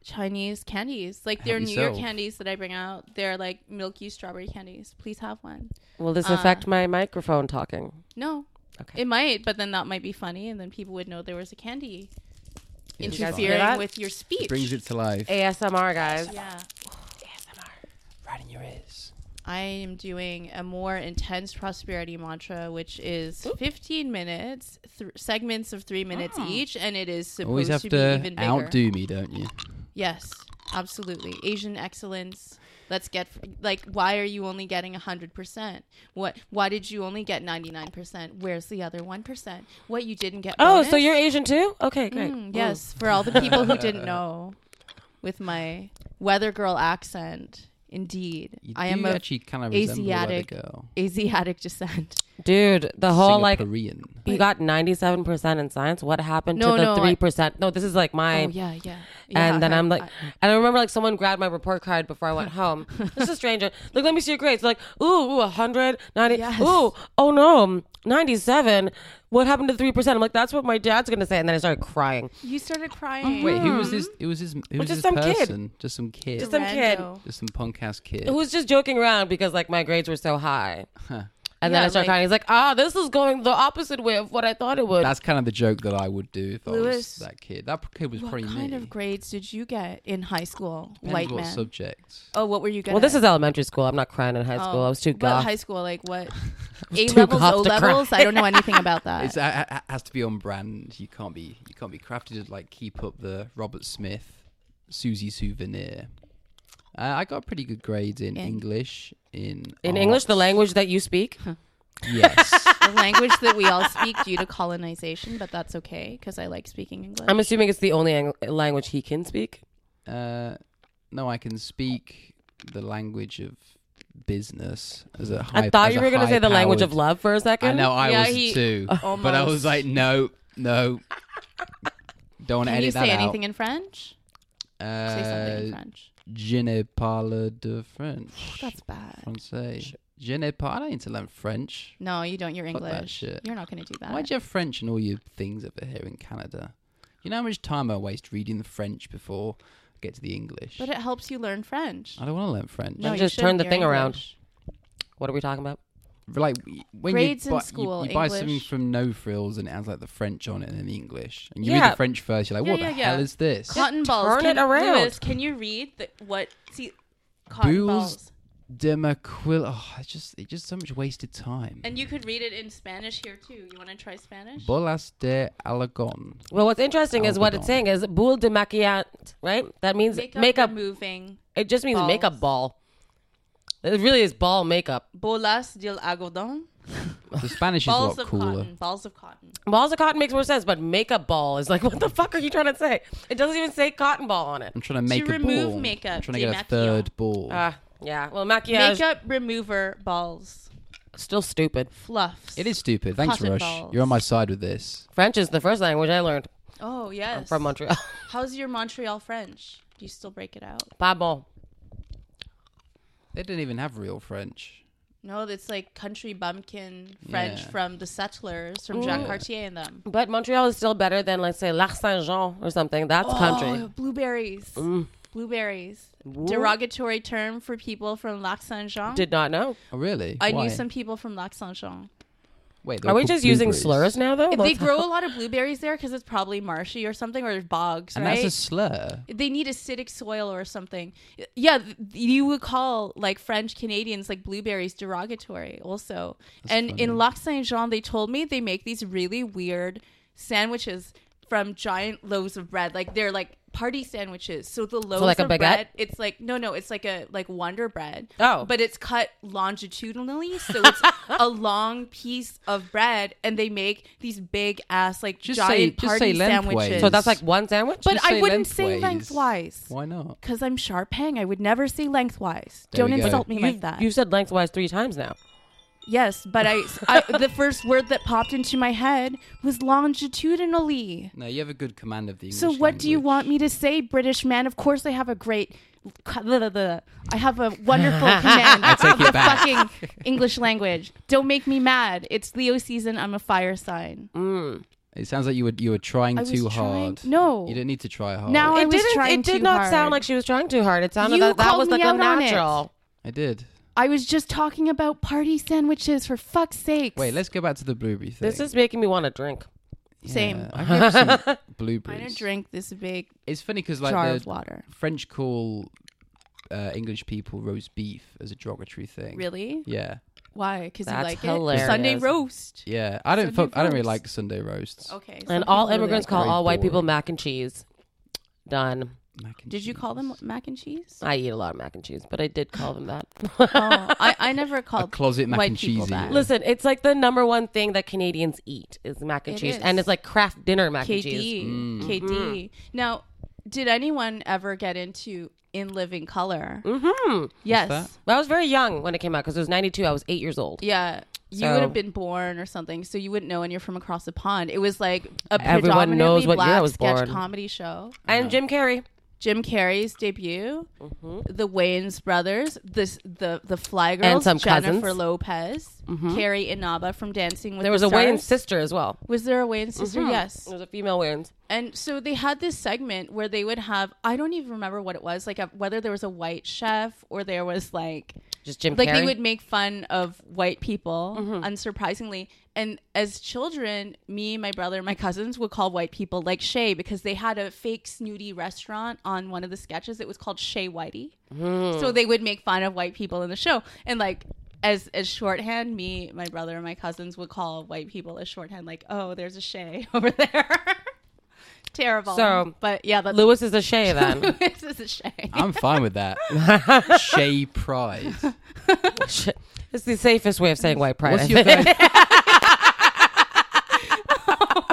[SPEAKER 3] Chinese candies. Like,
[SPEAKER 1] Help
[SPEAKER 3] they're New York
[SPEAKER 1] yourself.
[SPEAKER 3] candies that I bring out. They're like milky strawberry candies. Please have one.
[SPEAKER 2] Will this
[SPEAKER 3] Uh,
[SPEAKER 2] affect my microphone talking?
[SPEAKER 3] No.
[SPEAKER 2] Okay.
[SPEAKER 3] It might, but then that might be funny, and then people would know there was a candy
[SPEAKER 1] It's
[SPEAKER 2] guys
[SPEAKER 1] fine.
[SPEAKER 2] hear
[SPEAKER 3] interfering
[SPEAKER 2] that?
[SPEAKER 3] with your speech.
[SPEAKER 1] It brings it to life.
[SPEAKER 2] ASMR guys.
[SPEAKER 3] yeah.
[SPEAKER 1] Right in your ears.
[SPEAKER 3] I am doing a more intense prosperity mantra, which is 15 minutes, th- segments of three minutes each, and it is supposed
[SPEAKER 1] Always have
[SPEAKER 3] to, be
[SPEAKER 1] to
[SPEAKER 3] even bigger.
[SPEAKER 1] outdo me, don't you?
[SPEAKER 3] Yes, absolutely. Asian excellence. Let's get like, why are you only getting hundred percent? What? Why did you only get ninety nine percent? Where's the other one percent? What you didn't get?
[SPEAKER 2] Oh,
[SPEAKER 3] bonus?
[SPEAKER 2] so you're Asian too? Okay, great.
[SPEAKER 3] Mm, yes, for all the people who didn't know, with my weather girl accent, indeed,
[SPEAKER 1] You
[SPEAKER 3] I am
[SPEAKER 1] do
[SPEAKER 3] of
[SPEAKER 1] actually kind of resemble a weather
[SPEAKER 3] Asiatic- Oh,
[SPEAKER 1] girl.
[SPEAKER 3] Asiatic descent.
[SPEAKER 2] Dude, the whole like
[SPEAKER 1] Singaporean.
[SPEAKER 2] You got 97% in science. What happened
[SPEAKER 3] No,
[SPEAKER 2] to the
[SPEAKER 3] no, I-
[SPEAKER 2] 3%? no, this is like mine.
[SPEAKER 3] oh yeah, yeah.
[SPEAKER 2] And
[SPEAKER 3] Yeah,
[SPEAKER 2] then
[SPEAKER 3] I-
[SPEAKER 2] I'm like,
[SPEAKER 3] I-
[SPEAKER 2] and I remember like someone grabbed my report card before I went home. this is a stranger. Like, let me see your grades. Like, ooh, ooh 100, 90.
[SPEAKER 3] Yes.
[SPEAKER 2] Ooh, oh no, 97. What happened to 3%? I'm like, that's what my dad's going to say. And then I started crying.
[SPEAKER 3] you started crying.
[SPEAKER 1] Wait, who
[SPEAKER 3] hmm.
[SPEAKER 1] was this? It was this. Who was this
[SPEAKER 2] just some kid.
[SPEAKER 1] person? Just some kid.
[SPEAKER 2] Just some kid.
[SPEAKER 3] Rando.
[SPEAKER 1] Just some punk ass kid.
[SPEAKER 2] Who was just joking around because like my grades were so high.
[SPEAKER 1] Huh.
[SPEAKER 2] And then
[SPEAKER 3] Yeah,
[SPEAKER 2] I started
[SPEAKER 3] like-
[SPEAKER 2] crying. He's like, ah, this is going the opposite way of what I thought it would.
[SPEAKER 1] That's kind of the joke that I would do if I was
[SPEAKER 3] Lewis,
[SPEAKER 1] that kid. That p- kid was
[SPEAKER 3] What
[SPEAKER 1] probably
[SPEAKER 3] kind
[SPEAKER 1] me.
[SPEAKER 3] of grades did you get in high school,
[SPEAKER 1] Depends
[SPEAKER 3] white
[SPEAKER 1] what
[SPEAKER 3] man?
[SPEAKER 1] subject.
[SPEAKER 3] oh, what were you getting?
[SPEAKER 2] well, this is elementary school. I'm not crying in high school. I was too
[SPEAKER 3] But
[SPEAKER 2] goth.
[SPEAKER 3] Oh, high school, like what? A
[SPEAKER 2] too
[SPEAKER 3] levels,
[SPEAKER 2] goth
[SPEAKER 3] O
[SPEAKER 2] to cry.
[SPEAKER 3] levels. I don't know anything about
[SPEAKER 1] It's,
[SPEAKER 3] that.
[SPEAKER 1] it has to be on brand. You can't be. You can't be crafted to like keep up the Robert Smith, Susie souvenir. Uh, I got pretty good grades in
[SPEAKER 3] In-
[SPEAKER 1] English. In
[SPEAKER 2] in English, the
[SPEAKER 1] arts.
[SPEAKER 2] language that you speak.
[SPEAKER 1] Yes.
[SPEAKER 3] the language that we all speak due to colonization, but that's okay because I like speaking English.
[SPEAKER 2] I'm assuming it's the only ang- language he can speak.
[SPEAKER 1] Uh, no, I can speak the language of business as a high.
[SPEAKER 2] I thought
[SPEAKER 1] as
[SPEAKER 2] you
[SPEAKER 1] a
[SPEAKER 2] were going to say the language of
[SPEAKER 1] high-powered-
[SPEAKER 2] love for a second.
[SPEAKER 1] I know I
[SPEAKER 3] Yeah,
[SPEAKER 1] was
[SPEAKER 3] he-
[SPEAKER 1] too, but I was
[SPEAKER 3] almost.
[SPEAKER 1] like, no, no. Don't want to
[SPEAKER 3] Can
[SPEAKER 1] edit
[SPEAKER 3] you
[SPEAKER 1] that
[SPEAKER 3] say
[SPEAKER 1] out.
[SPEAKER 3] anything in French?
[SPEAKER 1] Uh,
[SPEAKER 3] Say something in French. Oh,
[SPEAKER 1] Je ne parle de French.
[SPEAKER 3] That's bad.
[SPEAKER 1] Francais. Je ne parle. I need to learn French.
[SPEAKER 3] No, you don't. You're
[SPEAKER 1] Fuck that
[SPEAKER 3] English.
[SPEAKER 1] shit.
[SPEAKER 3] You're not going to do that.
[SPEAKER 1] Why'd you have French and all your things over here in Canada? You know how much time I waste reading the French before I get to the English.
[SPEAKER 3] But it helps you learn French.
[SPEAKER 1] I don't want to learn French.
[SPEAKER 3] No,
[SPEAKER 2] Then
[SPEAKER 3] you
[SPEAKER 2] just turn
[SPEAKER 3] shouldn't.
[SPEAKER 2] the
[SPEAKER 3] You're
[SPEAKER 2] thing around.
[SPEAKER 3] English.
[SPEAKER 2] What are we talking about?
[SPEAKER 1] like when
[SPEAKER 3] Grades
[SPEAKER 1] you,
[SPEAKER 3] in
[SPEAKER 1] bu-
[SPEAKER 3] school,
[SPEAKER 1] you, you buy
[SPEAKER 3] English.
[SPEAKER 1] something from No Frills and it has like the French on it and then the English, and you read
[SPEAKER 2] Yeah.
[SPEAKER 1] the French first, you're like,
[SPEAKER 3] Yeah,
[SPEAKER 1] what
[SPEAKER 3] yeah,
[SPEAKER 1] the
[SPEAKER 3] yeah.
[SPEAKER 1] hell is this?
[SPEAKER 3] Cotton balls.
[SPEAKER 2] turn
[SPEAKER 3] can,
[SPEAKER 2] it around.
[SPEAKER 3] Lewis, can you read the, what? See, cotton
[SPEAKER 1] Bulls.
[SPEAKER 3] balls.
[SPEAKER 1] Demaquil. Oh, it's just it's just so much wasted time.
[SPEAKER 3] And you could read it in Spanish here too. You want to try Spanish?
[SPEAKER 1] Bolas de Alagon.
[SPEAKER 2] Well, what's interesting is what it's
[SPEAKER 1] Algodon.
[SPEAKER 2] saying is boule de maquillante, right? That means makeup.
[SPEAKER 3] moving.
[SPEAKER 2] it just means
[SPEAKER 3] balls.
[SPEAKER 2] makeup ball. It really is ball makeup.
[SPEAKER 3] Bolas del algodón.
[SPEAKER 1] The Spanish is a
[SPEAKER 3] Balls
[SPEAKER 1] lot
[SPEAKER 3] of
[SPEAKER 1] cooler.
[SPEAKER 3] cotton. Balls of cotton.
[SPEAKER 2] Balls of cotton makes more sense, but makeup ball is like, what the fuck are you trying to say? It doesn't even say cotton ball on it.
[SPEAKER 1] I'm trying to make a
[SPEAKER 3] remove
[SPEAKER 1] ball.
[SPEAKER 3] makeup,
[SPEAKER 1] I'm trying to
[SPEAKER 3] de
[SPEAKER 1] get a
[SPEAKER 3] maquillar.
[SPEAKER 1] third ball.
[SPEAKER 2] Uh, yeah. Well, maquillage
[SPEAKER 3] Makeup remover balls.
[SPEAKER 2] still stupid.
[SPEAKER 3] Fluffs.
[SPEAKER 1] it is stupid. Thanks,
[SPEAKER 3] cotton
[SPEAKER 1] Rush.
[SPEAKER 3] balls.
[SPEAKER 1] You're on my side with this.
[SPEAKER 2] French is the first language I learned
[SPEAKER 3] Oh yes.
[SPEAKER 2] from Montreal.
[SPEAKER 3] How's your Montreal French? Do you still break it out?
[SPEAKER 2] Pas bon.
[SPEAKER 1] They didn't even have real French.
[SPEAKER 3] No, it's like country bumpkin French
[SPEAKER 1] Yeah.
[SPEAKER 3] from the settlers from Jacques
[SPEAKER 1] Ooh.
[SPEAKER 3] Cartier and them.
[SPEAKER 2] But Montreal is still better than, let's say, Lac Saint Jean or something. That's
[SPEAKER 3] Oh,
[SPEAKER 2] country.
[SPEAKER 3] blueberries.
[SPEAKER 2] Mm.
[SPEAKER 3] Blueberries. Derogatory term for people from Lac Saint Jean.
[SPEAKER 2] Did not know.
[SPEAKER 1] Oh, really?
[SPEAKER 3] I
[SPEAKER 1] Why?
[SPEAKER 3] knew some people from Lac Saint Jean.
[SPEAKER 1] Wait, they
[SPEAKER 2] Are
[SPEAKER 1] were
[SPEAKER 2] we
[SPEAKER 1] called
[SPEAKER 2] just using
[SPEAKER 1] blueberries.
[SPEAKER 2] slurs now,
[SPEAKER 1] Oh,
[SPEAKER 2] though?
[SPEAKER 3] they
[SPEAKER 2] That's-
[SPEAKER 3] grow a lot of blueberries there because it's probably marshy or something or bogs,
[SPEAKER 1] And
[SPEAKER 3] right?
[SPEAKER 1] that's a slur.
[SPEAKER 3] they need acidic soil or something. Yeah, th- you would call like French Canadians like blueberries derogatory also. and
[SPEAKER 1] funny.
[SPEAKER 3] in Lac Saint Jean, they told me they make these really weird sandwiches from giant loaves of bread. Like they're like party sandwiches. So the loaves
[SPEAKER 2] like a
[SPEAKER 3] of
[SPEAKER 2] baguette?
[SPEAKER 3] bread, it's like no, no, it's like a like Wonder Bread.
[SPEAKER 2] Oh.
[SPEAKER 3] but it's cut longitudinally, so it's a long piece of bread, and they make these big ass like
[SPEAKER 1] Just say-
[SPEAKER 3] giant
[SPEAKER 1] just
[SPEAKER 3] party
[SPEAKER 1] say lengthwise.
[SPEAKER 3] sandwiches.
[SPEAKER 2] So that's like one sandwich?
[SPEAKER 3] But
[SPEAKER 1] Just
[SPEAKER 3] I
[SPEAKER 1] say
[SPEAKER 3] wouldn't say
[SPEAKER 1] lengthways.
[SPEAKER 3] lengthwise.
[SPEAKER 1] Why not?
[SPEAKER 3] Because I'm sharp hang. I would never say lengthwise.
[SPEAKER 1] There we
[SPEAKER 3] Don't
[SPEAKER 1] go.
[SPEAKER 3] insult me
[SPEAKER 2] you,
[SPEAKER 3] like that.
[SPEAKER 2] you said lengthwise three times now.
[SPEAKER 3] yes, but I, I- the first word that popped into my head was longitudinally.
[SPEAKER 1] No, you have a good command of the English
[SPEAKER 3] So what do you
[SPEAKER 1] language.
[SPEAKER 3] want me to say, British man? Of course I have a great I have a wonderful command
[SPEAKER 1] I take
[SPEAKER 3] of the
[SPEAKER 1] it back.
[SPEAKER 3] fucking English language. Don't make me mad. It's Leo season. I'm a fire sign.
[SPEAKER 1] It sounds like you were you were trying
[SPEAKER 3] I was
[SPEAKER 1] too
[SPEAKER 3] trying-
[SPEAKER 1] hard.
[SPEAKER 3] no.
[SPEAKER 1] you didn't need to try hard.
[SPEAKER 3] Now Oh, I
[SPEAKER 2] it
[SPEAKER 3] was
[SPEAKER 2] didn't.
[SPEAKER 3] trying
[SPEAKER 2] it did
[SPEAKER 3] too
[SPEAKER 2] not
[SPEAKER 3] hard.
[SPEAKER 2] sound like she was trying too hard. It sounded
[SPEAKER 3] You
[SPEAKER 2] that that
[SPEAKER 3] called
[SPEAKER 2] was
[SPEAKER 3] me
[SPEAKER 2] like
[SPEAKER 3] out on it.
[SPEAKER 2] unnatural.
[SPEAKER 1] I did.
[SPEAKER 3] I was just talking about party sandwiches for fuck's sake.
[SPEAKER 1] Wait, let's go back to the blueberry thing.
[SPEAKER 2] This is making me want to drink.
[SPEAKER 1] Yeah,
[SPEAKER 3] Same.
[SPEAKER 1] I have some
[SPEAKER 3] I'm gonna
[SPEAKER 1] blueberries.
[SPEAKER 3] drink this big
[SPEAKER 1] It's funny because like
[SPEAKER 3] jar
[SPEAKER 1] the
[SPEAKER 3] of water.
[SPEAKER 1] French call uh, English people roast beef as a derogatory thing.
[SPEAKER 3] Really?
[SPEAKER 1] Yeah,
[SPEAKER 3] Why? Because you
[SPEAKER 2] That's
[SPEAKER 3] like
[SPEAKER 2] hilarious.
[SPEAKER 3] it. Sunday roast.
[SPEAKER 1] yeah. I don't.
[SPEAKER 3] Sunday
[SPEAKER 1] Fuck, I don't really
[SPEAKER 3] roast.
[SPEAKER 1] like Sunday roasts.
[SPEAKER 3] Okay. some
[SPEAKER 2] And all
[SPEAKER 3] people really
[SPEAKER 2] immigrants
[SPEAKER 3] like
[SPEAKER 2] call
[SPEAKER 1] Very
[SPEAKER 2] all white people
[SPEAKER 1] boring.
[SPEAKER 2] mac and cheese. Done.
[SPEAKER 1] Mac
[SPEAKER 3] it.
[SPEAKER 1] and
[SPEAKER 3] Did you call them
[SPEAKER 1] cheese.
[SPEAKER 3] mac and cheese?
[SPEAKER 2] I eat a lot of mac and cheese, but I did call them that.
[SPEAKER 3] oh, I, I never
[SPEAKER 1] a
[SPEAKER 3] called
[SPEAKER 1] closet mac
[SPEAKER 3] white
[SPEAKER 1] and
[SPEAKER 3] people
[SPEAKER 1] cheesy?
[SPEAKER 3] that.
[SPEAKER 2] Listen, it's like the number one thing that Canadians eat is mac and
[SPEAKER 3] It
[SPEAKER 2] cheese,
[SPEAKER 3] is.
[SPEAKER 2] and it's like craft dinner mac and cheese.
[SPEAKER 1] Mm.
[SPEAKER 3] KD. KD.
[SPEAKER 2] Mm-hmm.
[SPEAKER 3] Now, did anyone ever get into In Living Color?
[SPEAKER 2] Mm-hmm.
[SPEAKER 3] Yes.
[SPEAKER 1] that?
[SPEAKER 2] I was very young when it came out because it was '92. I was eight years old.
[SPEAKER 3] Yeah. You
[SPEAKER 2] So-
[SPEAKER 3] would have been born or something, so you wouldn't know, and you're from across the pond. It was like a
[SPEAKER 2] Everyone
[SPEAKER 3] predominantly
[SPEAKER 2] knows what year I
[SPEAKER 3] black
[SPEAKER 2] was
[SPEAKER 3] sketch
[SPEAKER 2] born.
[SPEAKER 3] comedy show.
[SPEAKER 2] And Jim Carrey.
[SPEAKER 3] Jim Carrey's debut,
[SPEAKER 2] Mm-hmm.
[SPEAKER 3] the Wayans brothers, this the the Fly Girls,
[SPEAKER 2] some
[SPEAKER 3] Jennifer
[SPEAKER 2] cousins. Mm-hmm.
[SPEAKER 3] Lopez, Carrie Inaba from Dancing with
[SPEAKER 2] There was
[SPEAKER 3] the
[SPEAKER 2] a Wayans Mm-hmm.
[SPEAKER 3] Stars.
[SPEAKER 2] sister as well.
[SPEAKER 3] Was there a Wayans sister? Yes.
[SPEAKER 2] There was a female Wayans.
[SPEAKER 3] And so they had this segment where they would have I don't even remember what it was like a, whether there was a white chef or there was like
[SPEAKER 2] Just Jim
[SPEAKER 3] like
[SPEAKER 2] Carrey.
[SPEAKER 3] they would make fun of white people
[SPEAKER 1] Mm-hmm.
[SPEAKER 3] unsurprisingly and as children me my brother and my cousins would call white people like shay because they had a fake snooty restaurant on one of the sketches it was called shay whitey
[SPEAKER 1] Mm.
[SPEAKER 3] so they would make fun of white people in the show and like as as shorthand me my brother and my cousins would call white people as shorthand like oh there's a shay over there terrible
[SPEAKER 2] So,
[SPEAKER 3] but yeah that's
[SPEAKER 2] Lewis is a Shay then.
[SPEAKER 3] this is a shay
[SPEAKER 1] I'm fine with that. Shay pride.
[SPEAKER 2] Sh- it's the safest way of saying white pride. I
[SPEAKER 1] What's your
[SPEAKER 2] think.
[SPEAKER 1] guys?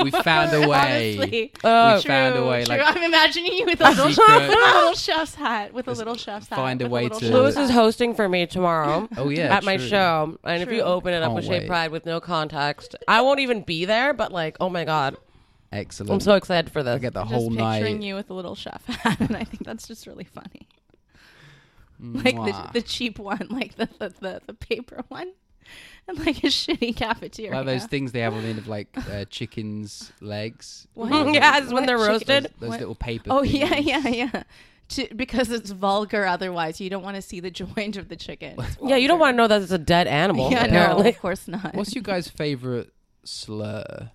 [SPEAKER 1] we found a way.
[SPEAKER 3] Honestly.
[SPEAKER 2] Oh,
[SPEAKER 1] we found a way.
[SPEAKER 3] True.
[SPEAKER 1] Like
[SPEAKER 3] I'm imagining you with a little,
[SPEAKER 1] Secret.
[SPEAKER 3] with a little chef's hat, with a little chef's hat.
[SPEAKER 1] find a
[SPEAKER 3] with
[SPEAKER 1] way
[SPEAKER 3] little
[SPEAKER 1] to-
[SPEAKER 3] chef's
[SPEAKER 2] Lewis
[SPEAKER 3] hat.
[SPEAKER 2] is hosting for me tomorrow.
[SPEAKER 1] Oh, yeah,
[SPEAKER 2] at my
[SPEAKER 1] true.
[SPEAKER 2] show, and if you
[SPEAKER 3] True.
[SPEAKER 2] open it up
[SPEAKER 1] Can't
[SPEAKER 2] with Shay
[SPEAKER 1] wait.
[SPEAKER 2] Pride with no context, I won't even be there. But like, oh my god,
[SPEAKER 1] excellent.
[SPEAKER 2] I'm so excited for
[SPEAKER 1] I
[SPEAKER 2] this.
[SPEAKER 1] get the
[SPEAKER 3] just
[SPEAKER 1] whole
[SPEAKER 3] picturing
[SPEAKER 1] night.
[SPEAKER 3] you with a little chef hat, and I think that's just really funny. Like
[SPEAKER 1] Mwah.
[SPEAKER 3] the, the cheap one, like the the, the the paper one, and like a shitty cafeteria.
[SPEAKER 1] Like those things they have on the end of like uh, chickens' legs.
[SPEAKER 3] What?
[SPEAKER 2] yeah, it's when they're
[SPEAKER 3] Chicken.
[SPEAKER 1] Those,
[SPEAKER 2] roasted.
[SPEAKER 1] those
[SPEAKER 3] What?
[SPEAKER 1] little paper.
[SPEAKER 3] Oh yeah,
[SPEAKER 1] things.
[SPEAKER 3] yeah, yeah. To, because it's vulgar. Otherwise, you don't want to see the joint of the chicken. It's
[SPEAKER 2] Yeah, you don't want to know that it's a dead animal.
[SPEAKER 3] vulgar. Yeah, no,
[SPEAKER 2] apparently,
[SPEAKER 3] of course not.
[SPEAKER 1] What's your guys' favorite slur?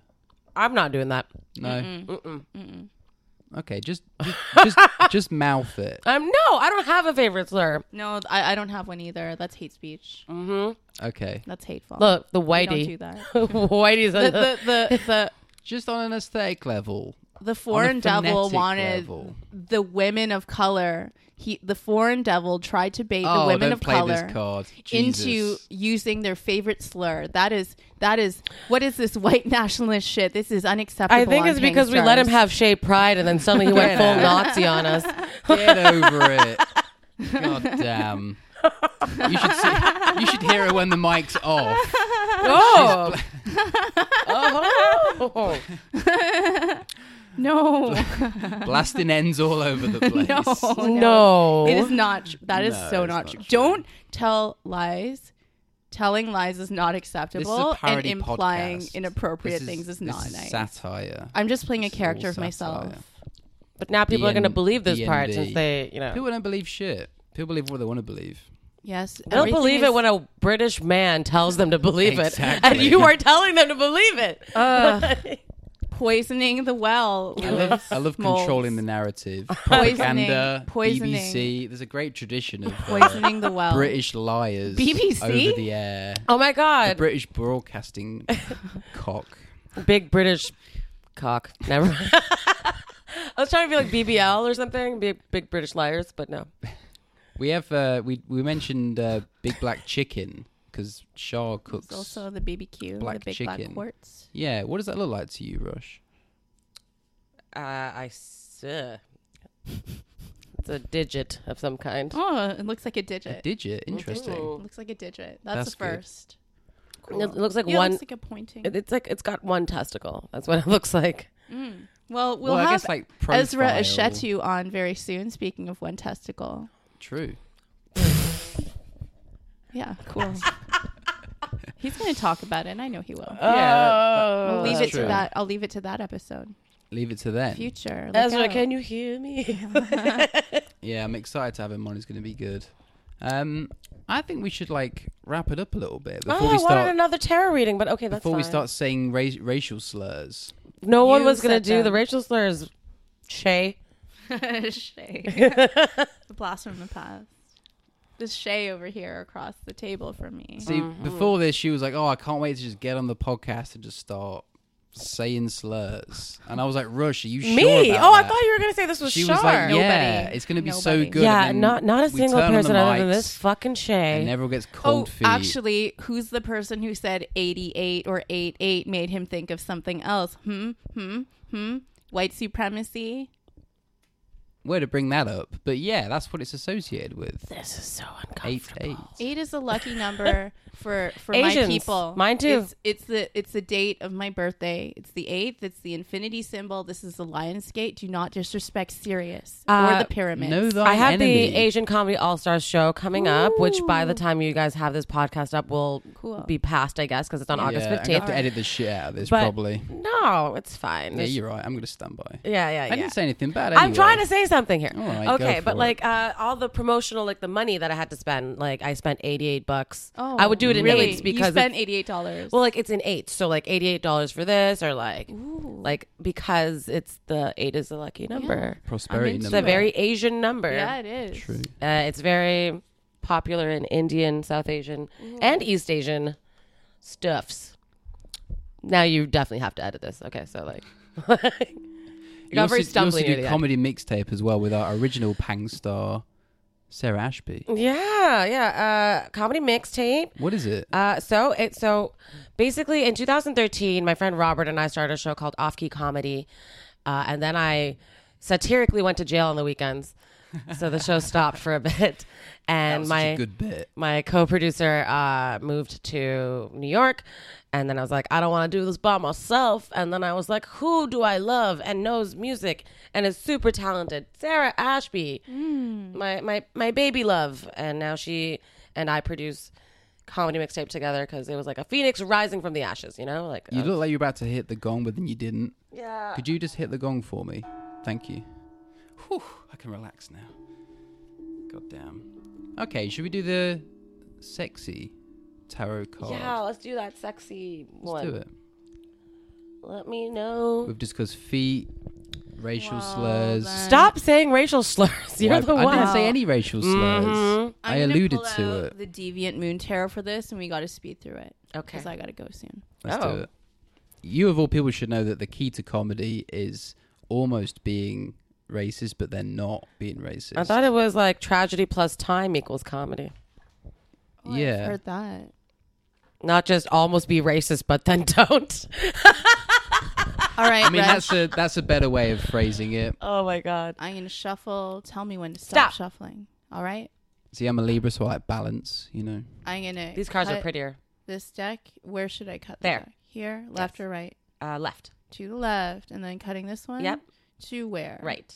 [SPEAKER 2] I'm not doing that.
[SPEAKER 1] No.
[SPEAKER 2] Mm-mm.
[SPEAKER 1] Okay, just just just, just mouth it.
[SPEAKER 2] Um, no, I don't have a favorite slur.
[SPEAKER 3] no, I, I don't have one either. That's hate speech.
[SPEAKER 1] Okay,
[SPEAKER 3] That's hateful.
[SPEAKER 2] Mm. Look, the
[SPEAKER 3] We don't
[SPEAKER 2] whitey.
[SPEAKER 3] do that.
[SPEAKER 2] Whitey's
[SPEAKER 3] the
[SPEAKER 2] a,
[SPEAKER 3] the the the,
[SPEAKER 1] just on an aesthetic level.
[SPEAKER 3] the foreign devil
[SPEAKER 1] phonetic
[SPEAKER 3] wanted
[SPEAKER 1] level.
[SPEAKER 3] the women of color he the foreign devil tried to bait
[SPEAKER 1] oh,
[SPEAKER 3] the women
[SPEAKER 1] don't
[SPEAKER 3] of
[SPEAKER 1] play
[SPEAKER 3] color
[SPEAKER 1] this card.
[SPEAKER 3] into
[SPEAKER 1] Jesus.
[SPEAKER 3] using their favorite slur. That is that is what is this white nationalist shit? This is unacceptable.
[SPEAKER 2] I think
[SPEAKER 3] on
[SPEAKER 2] it's because we
[SPEAKER 3] King
[SPEAKER 2] let him
[SPEAKER 3] Stars.
[SPEAKER 2] have Shea Pride, and then suddenly he went full Nazi on us.
[SPEAKER 1] Get over it. God damn. You should see, you should hear her when the mic's off.
[SPEAKER 2] Oh, oh.
[SPEAKER 3] no.
[SPEAKER 1] Blasting ends all over the place.
[SPEAKER 3] No.
[SPEAKER 2] no!
[SPEAKER 3] It is not. tr- That is
[SPEAKER 1] No,
[SPEAKER 3] so
[SPEAKER 1] it's
[SPEAKER 3] not,
[SPEAKER 1] not
[SPEAKER 3] true.
[SPEAKER 1] true.
[SPEAKER 3] Don't tell lies. Telling lies is not
[SPEAKER 1] This is
[SPEAKER 3] acceptable,
[SPEAKER 1] a
[SPEAKER 3] and
[SPEAKER 1] parody
[SPEAKER 3] implying
[SPEAKER 1] podcast.
[SPEAKER 3] inappropriate
[SPEAKER 1] This
[SPEAKER 3] things
[SPEAKER 1] this
[SPEAKER 3] is not
[SPEAKER 1] is
[SPEAKER 3] nice.
[SPEAKER 1] Satire.
[SPEAKER 3] I'm just playing a
[SPEAKER 1] It's all
[SPEAKER 3] character of myself.
[SPEAKER 1] satire.
[SPEAKER 2] but now people are going to
[SPEAKER 1] DN
[SPEAKER 2] believe this part
[SPEAKER 1] DND.
[SPEAKER 2] since they, you know,
[SPEAKER 1] People don't believe shit. People believe what they want to believe.
[SPEAKER 3] Yes,
[SPEAKER 2] they don't believe it when a British man tells them to believe it, and
[SPEAKER 1] Exactly.
[SPEAKER 2] you are telling them to believe it.
[SPEAKER 3] poisoning the well.
[SPEAKER 1] I love, I love controlling the narrative. Propaganda,
[SPEAKER 3] Poisoning.
[SPEAKER 1] BBC. There's a great tradition of uh,
[SPEAKER 3] poisoning the well.
[SPEAKER 1] British liars
[SPEAKER 3] BBC?
[SPEAKER 1] over the air.
[SPEAKER 2] oh my
[SPEAKER 1] The
[SPEAKER 2] God!
[SPEAKER 1] British broadcasting cock.
[SPEAKER 2] Big British cock. Never. mind. I was trying to be like BBL or something, big, big British liars, but no.
[SPEAKER 1] We have uh, we we mentioned uh, Big Black Chicken because Shaw cooks.
[SPEAKER 3] It's also the BBQ,
[SPEAKER 1] Black
[SPEAKER 3] the big
[SPEAKER 1] chicken.
[SPEAKER 3] black quartz.
[SPEAKER 1] yeah, what does that look like to you, Rush?
[SPEAKER 2] Uh, I s- uh, It's a digit of some kind.
[SPEAKER 3] Oh, it looks like a
[SPEAKER 1] A
[SPEAKER 3] digit.
[SPEAKER 1] digit, interesting.
[SPEAKER 3] It looks like a digit. That's,
[SPEAKER 1] That's
[SPEAKER 3] the
[SPEAKER 1] good.
[SPEAKER 3] first.
[SPEAKER 2] It looks like
[SPEAKER 3] Yeah, it
[SPEAKER 2] one.
[SPEAKER 3] looks like a pointing.
[SPEAKER 2] it- it's like it's got one testicle. That's what it looks like.
[SPEAKER 3] Mm. Well, we'll
[SPEAKER 1] Well, I
[SPEAKER 3] have
[SPEAKER 1] guess like profile.
[SPEAKER 3] Ezra Ashetu on very soon. Speaking of one testicle,
[SPEAKER 1] True.
[SPEAKER 3] yeah, cool. He's going to talk about it. and I know he will.
[SPEAKER 2] Uh,
[SPEAKER 1] Yeah, that-
[SPEAKER 3] I'll
[SPEAKER 2] Oh,
[SPEAKER 1] that-
[SPEAKER 3] leave
[SPEAKER 1] that's
[SPEAKER 3] it
[SPEAKER 1] true.
[SPEAKER 3] to that. I'll leave it to that episode.
[SPEAKER 1] Leave it to them.
[SPEAKER 3] Future. look
[SPEAKER 2] Ezra,
[SPEAKER 3] out.
[SPEAKER 2] can you hear me? Ah,
[SPEAKER 1] Yeah, I'm excited to have him on. He's going to be good. Um, I think we should like wrap it up a little bit before
[SPEAKER 2] oh, I
[SPEAKER 1] we
[SPEAKER 2] wanted
[SPEAKER 1] start.
[SPEAKER 2] another tarot reading, but okay, that's
[SPEAKER 1] Before we
[SPEAKER 2] fine.
[SPEAKER 1] start saying ra- racial slurs,
[SPEAKER 2] no one
[SPEAKER 3] You
[SPEAKER 2] was gonna
[SPEAKER 3] said
[SPEAKER 2] do the
[SPEAKER 3] them.
[SPEAKER 2] racial slurs. Shay,
[SPEAKER 3] Shay. the blossom of the past. This Shay over here across the table from me.
[SPEAKER 1] see,
[SPEAKER 2] Mm-hmm.
[SPEAKER 1] before this, she was like, "Oh, I can't wait to just get on the podcast and just start saying slurs," and I was like, "Rush, are you sure?"
[SPEAKER 2] me?
[SPEAKER 1] about
[SPEAKER 2] Oh, I
[SPEAKER 1] that?"
[SPEAKER 2] thought you were gonna say this was
[SPEAKER 1] she
[SPEAKER 2] Shar.
[SPEAKER 1] was like, "Yeah,
[SPEAKER 3] Nobody.
[SPEAKER 1] it's going to be so
[SPEAKER 3] Nobody.
[SPEAKER 1] good."
[SPEAKER 2] Yeah,
[SPEAKER 1] and then
[SPEAKER 2] not not a
[SPEAKER 1] we
[SPEAKER 2] single
[SPEAKER 1] turn on the
[SPEAKER 2] person other than
[SPEAKER 1] mics,
[SPEAKER 2] this fucking Shay.
[SPEAKER 1] and everyone gets cold
[SPEAKER 3] Oh,
[SPEAKER 1] feet.
[SPEAKER 3] actually, who's the person who said 88 or 88 made him think of something else? Hmm, hmm, hmm. White supremacy.
[SPEAKER 1] where to bring that up? But yeah, that's what it's associated with.
[SPEAKER 2] this is so
[SPEAKER 1] Eight eight.
[SPEAKER 2] uncomfortable.
[SPEAKER 3] Eight is a lucky number for for
[SPEAKER 2] Asians.
[SPEAKER 3] my people.
[SPEAKER 2] Mine too.
[SPEAKER 3] It's, it's the it's the date of my birthday. It's the eighth. It's the infinity symbol. This is the lion's gate. Do not disrespect Sirius
[SPEAKER 2] Uh,
[SPEAKER 3] or the pyramids.
[SPEAKER 1] Know thy
[SPEAKER 2] I have
[SPEAKER 1] enemy.
[SPEAKER 2] the Asian Comedy All Stars show coming up, which by the time you guys have this podcast up will
[SPEAKER 3] Cool.
[SPEAKER 2] be past, I guess, because it's on
[SPEAKER 1] yeah, I'm
[SPEAKER 2] August
[SPEAKER 1] gonna have to
[SPEAKER 2] fifteenth.
[SPEAKER 1] edit the shit out of this
[SPEAKER 2] But-
[SPEAKER 1] probably.
[SPEAKER 2] No, it's fine.
[SPEAKER 1] Yeah,
[SPEAKER 2] It's-
[SPEAKER 1] you're right. I'm gonna stand by.
[SPEAKER 2] yeah, yeah, yeah.
[SPEAKER 1] I didn't say anything bad.
[SPEAKER 2] I'm trying to say something here.
[SPEAKER 1] All right,
[SPEAKER 2] okay,
[SPEAKER 1] go
[SPEAKER 2] but
[SPEAKER 1] for
[SPEAKER 2] like uh, all the promotional, like the money that I had to spend, like I spent 88 bucks.
[SPEAKER 3] Oh,
[SPEAKER 2] I would do it in
[SPEAKER 3] really?
[SPEAKER 2] eights because
[SPEAKER 3] you spent
[SPEAKER 2] it's-
[SPEAKER 3] eighty eight dollars.
[SPEAKER 2] well, like it's in eights, so like 88 dollars for this, or like like because it's the eight is a lucky number.
[SPEAKER 1] prosperity
[SPEAKER 3] I'm
[SPEAKER 2] It's
[SPEAKER 1] number.
[SPEAKER 2] a very Asian number.
[SPEAKER 3] yeah, it is.
[SPEAKER 1] true.
[SPEAKER 2] Uh, it's very popular in Indian, South Asian, and East Asian stuffs. Now you definitely have to edit this. Okay, so like,
[SPEAKER 1] You
[SPEAKER 2] got
[SPEAKER 1] also,
[SPEAKER 2] very
[SPEAKER 1] you also
[SPEAKER 2] stumbly near
[SPEAKER 1] do
[SPEAKER 2] the end.
[SPEAKER 1] comedy mixtape as well with our original Pang star, Sarah Ashby.
[SPEAKER 2] yeah, yeah, uh, comedy mixtape.
[SPEAKER 1] What is it?
[SPEAKER 2] Uh, so it so basically in 2013, my friend Robert and I started a show called Off Key Comedy, uh, and then I satirically went to jail on the weekends, so the show stopped for a bit. And
[SPEAKER 1] That's
[SPEAKER 2] my
[SPEAKER 1] such a good bit.
[SPEAKER 2] my co-producer uh, moved to New York, and then I was like, I don't want to do this by myself. And then I was like, Who do I love and knows music and is super talented? Sarah Ashby, my my my baby love. And now she and I produce comedy mixtape together because it was like a phoenix rising from the ashes. You know, like
[SPEAKER 1] You
[SPEAKER 2] uh,
[SPEAKER 1] look like you're about to hit the gong, but then you didn't.
[SPEAKER 2] yeah.
[SPEAKER 1] Could you just hit the gong for me? Thank you. Whew, I can relax now. God damn. Okay, should we do the sexy tarot card?
[SPEAKER 2] Yeah, let's do that sexy
[SPEAKER 1] Let's
[SPEAKER 2] one.
[SPEAKER 1] do it.
[SPEAKER 2] Let me know.
[SPEAKER 1] We've discussed feet, racial
[SPEAKER 3] Well,
[SPEAKER 1] slurs.
[SPEAKER 3] then-
[SPEAKER 2] Stop saying racial slurs. You're
[SPEAKER 1] Why-
[SPEAKER 2] the
[SPEAKER 1] I
[SPEAKER 2] one.
[SPEAKER 1] didn't say any racial slurs.
[SPEAKER 2] Mhm.
[SPEAKER 1] I
[SPEAKER 3] I'm gonna
[SPEAKER 1] alluded
[SPEAKER 3] pull
[SPEAKER 1] to
[SPEAKER 3] out
[SPEAKER 1] it.
[SPEAKER 3] The deviant moon tarot for this, and we got to speed through it
[SPEAKER 2] Okay.
[SPEAKER 3] because I got to go soon.
[SPEAKER 1] Let's
[SPEAKER 2] Oh.
[SPEAKER 1] do it. You of all people should know that the key to comedy is almost being racist, but they're not being racist.
[SPEAKER 2] I thought it was like tragedy plus time equals comedy.
[SPEAKER 3] Oh, I've
[SPEAKER 1] Yeah.
[SPEAKER 3] heard that.
[SPEAKER 2] Not just almost be racist, but then don't.
[SPEAKER 3] All right,
[SPEAKER 1] I mean,
[SPEAKER 3] Reg,
[SPEAKER 1] that's a that's a better way of phrasing it.
[SPEAKER 2] Oh my God.
[SPEAKER 3] I'm gonna shuffle. Tell me when to
[SPEAKER 2] Stop.
[SPEAKER 3] stop, shuffling. All right,
[SPEAKER 1] See, I'm a Libra, so I like balance. You know,
[SPEAKER 3] I'm gonna.
[SPEAKER 2] These cards are
[SPEAKER 3] cut
[SPEAKER 2] prettier.
[SPEAKER 3] This deck. Where should I cut? the
[SPEAKER 2] There.
[SPEAKER 3] deck? Here, left or right?
[SPEAKER 2] Uh, left,
[SPEAKER 3] To the left, and then cutting this one.
[SPEAKER 2] Yep.
[SPEAKER 3] To where?
[SPEAKER 2] right,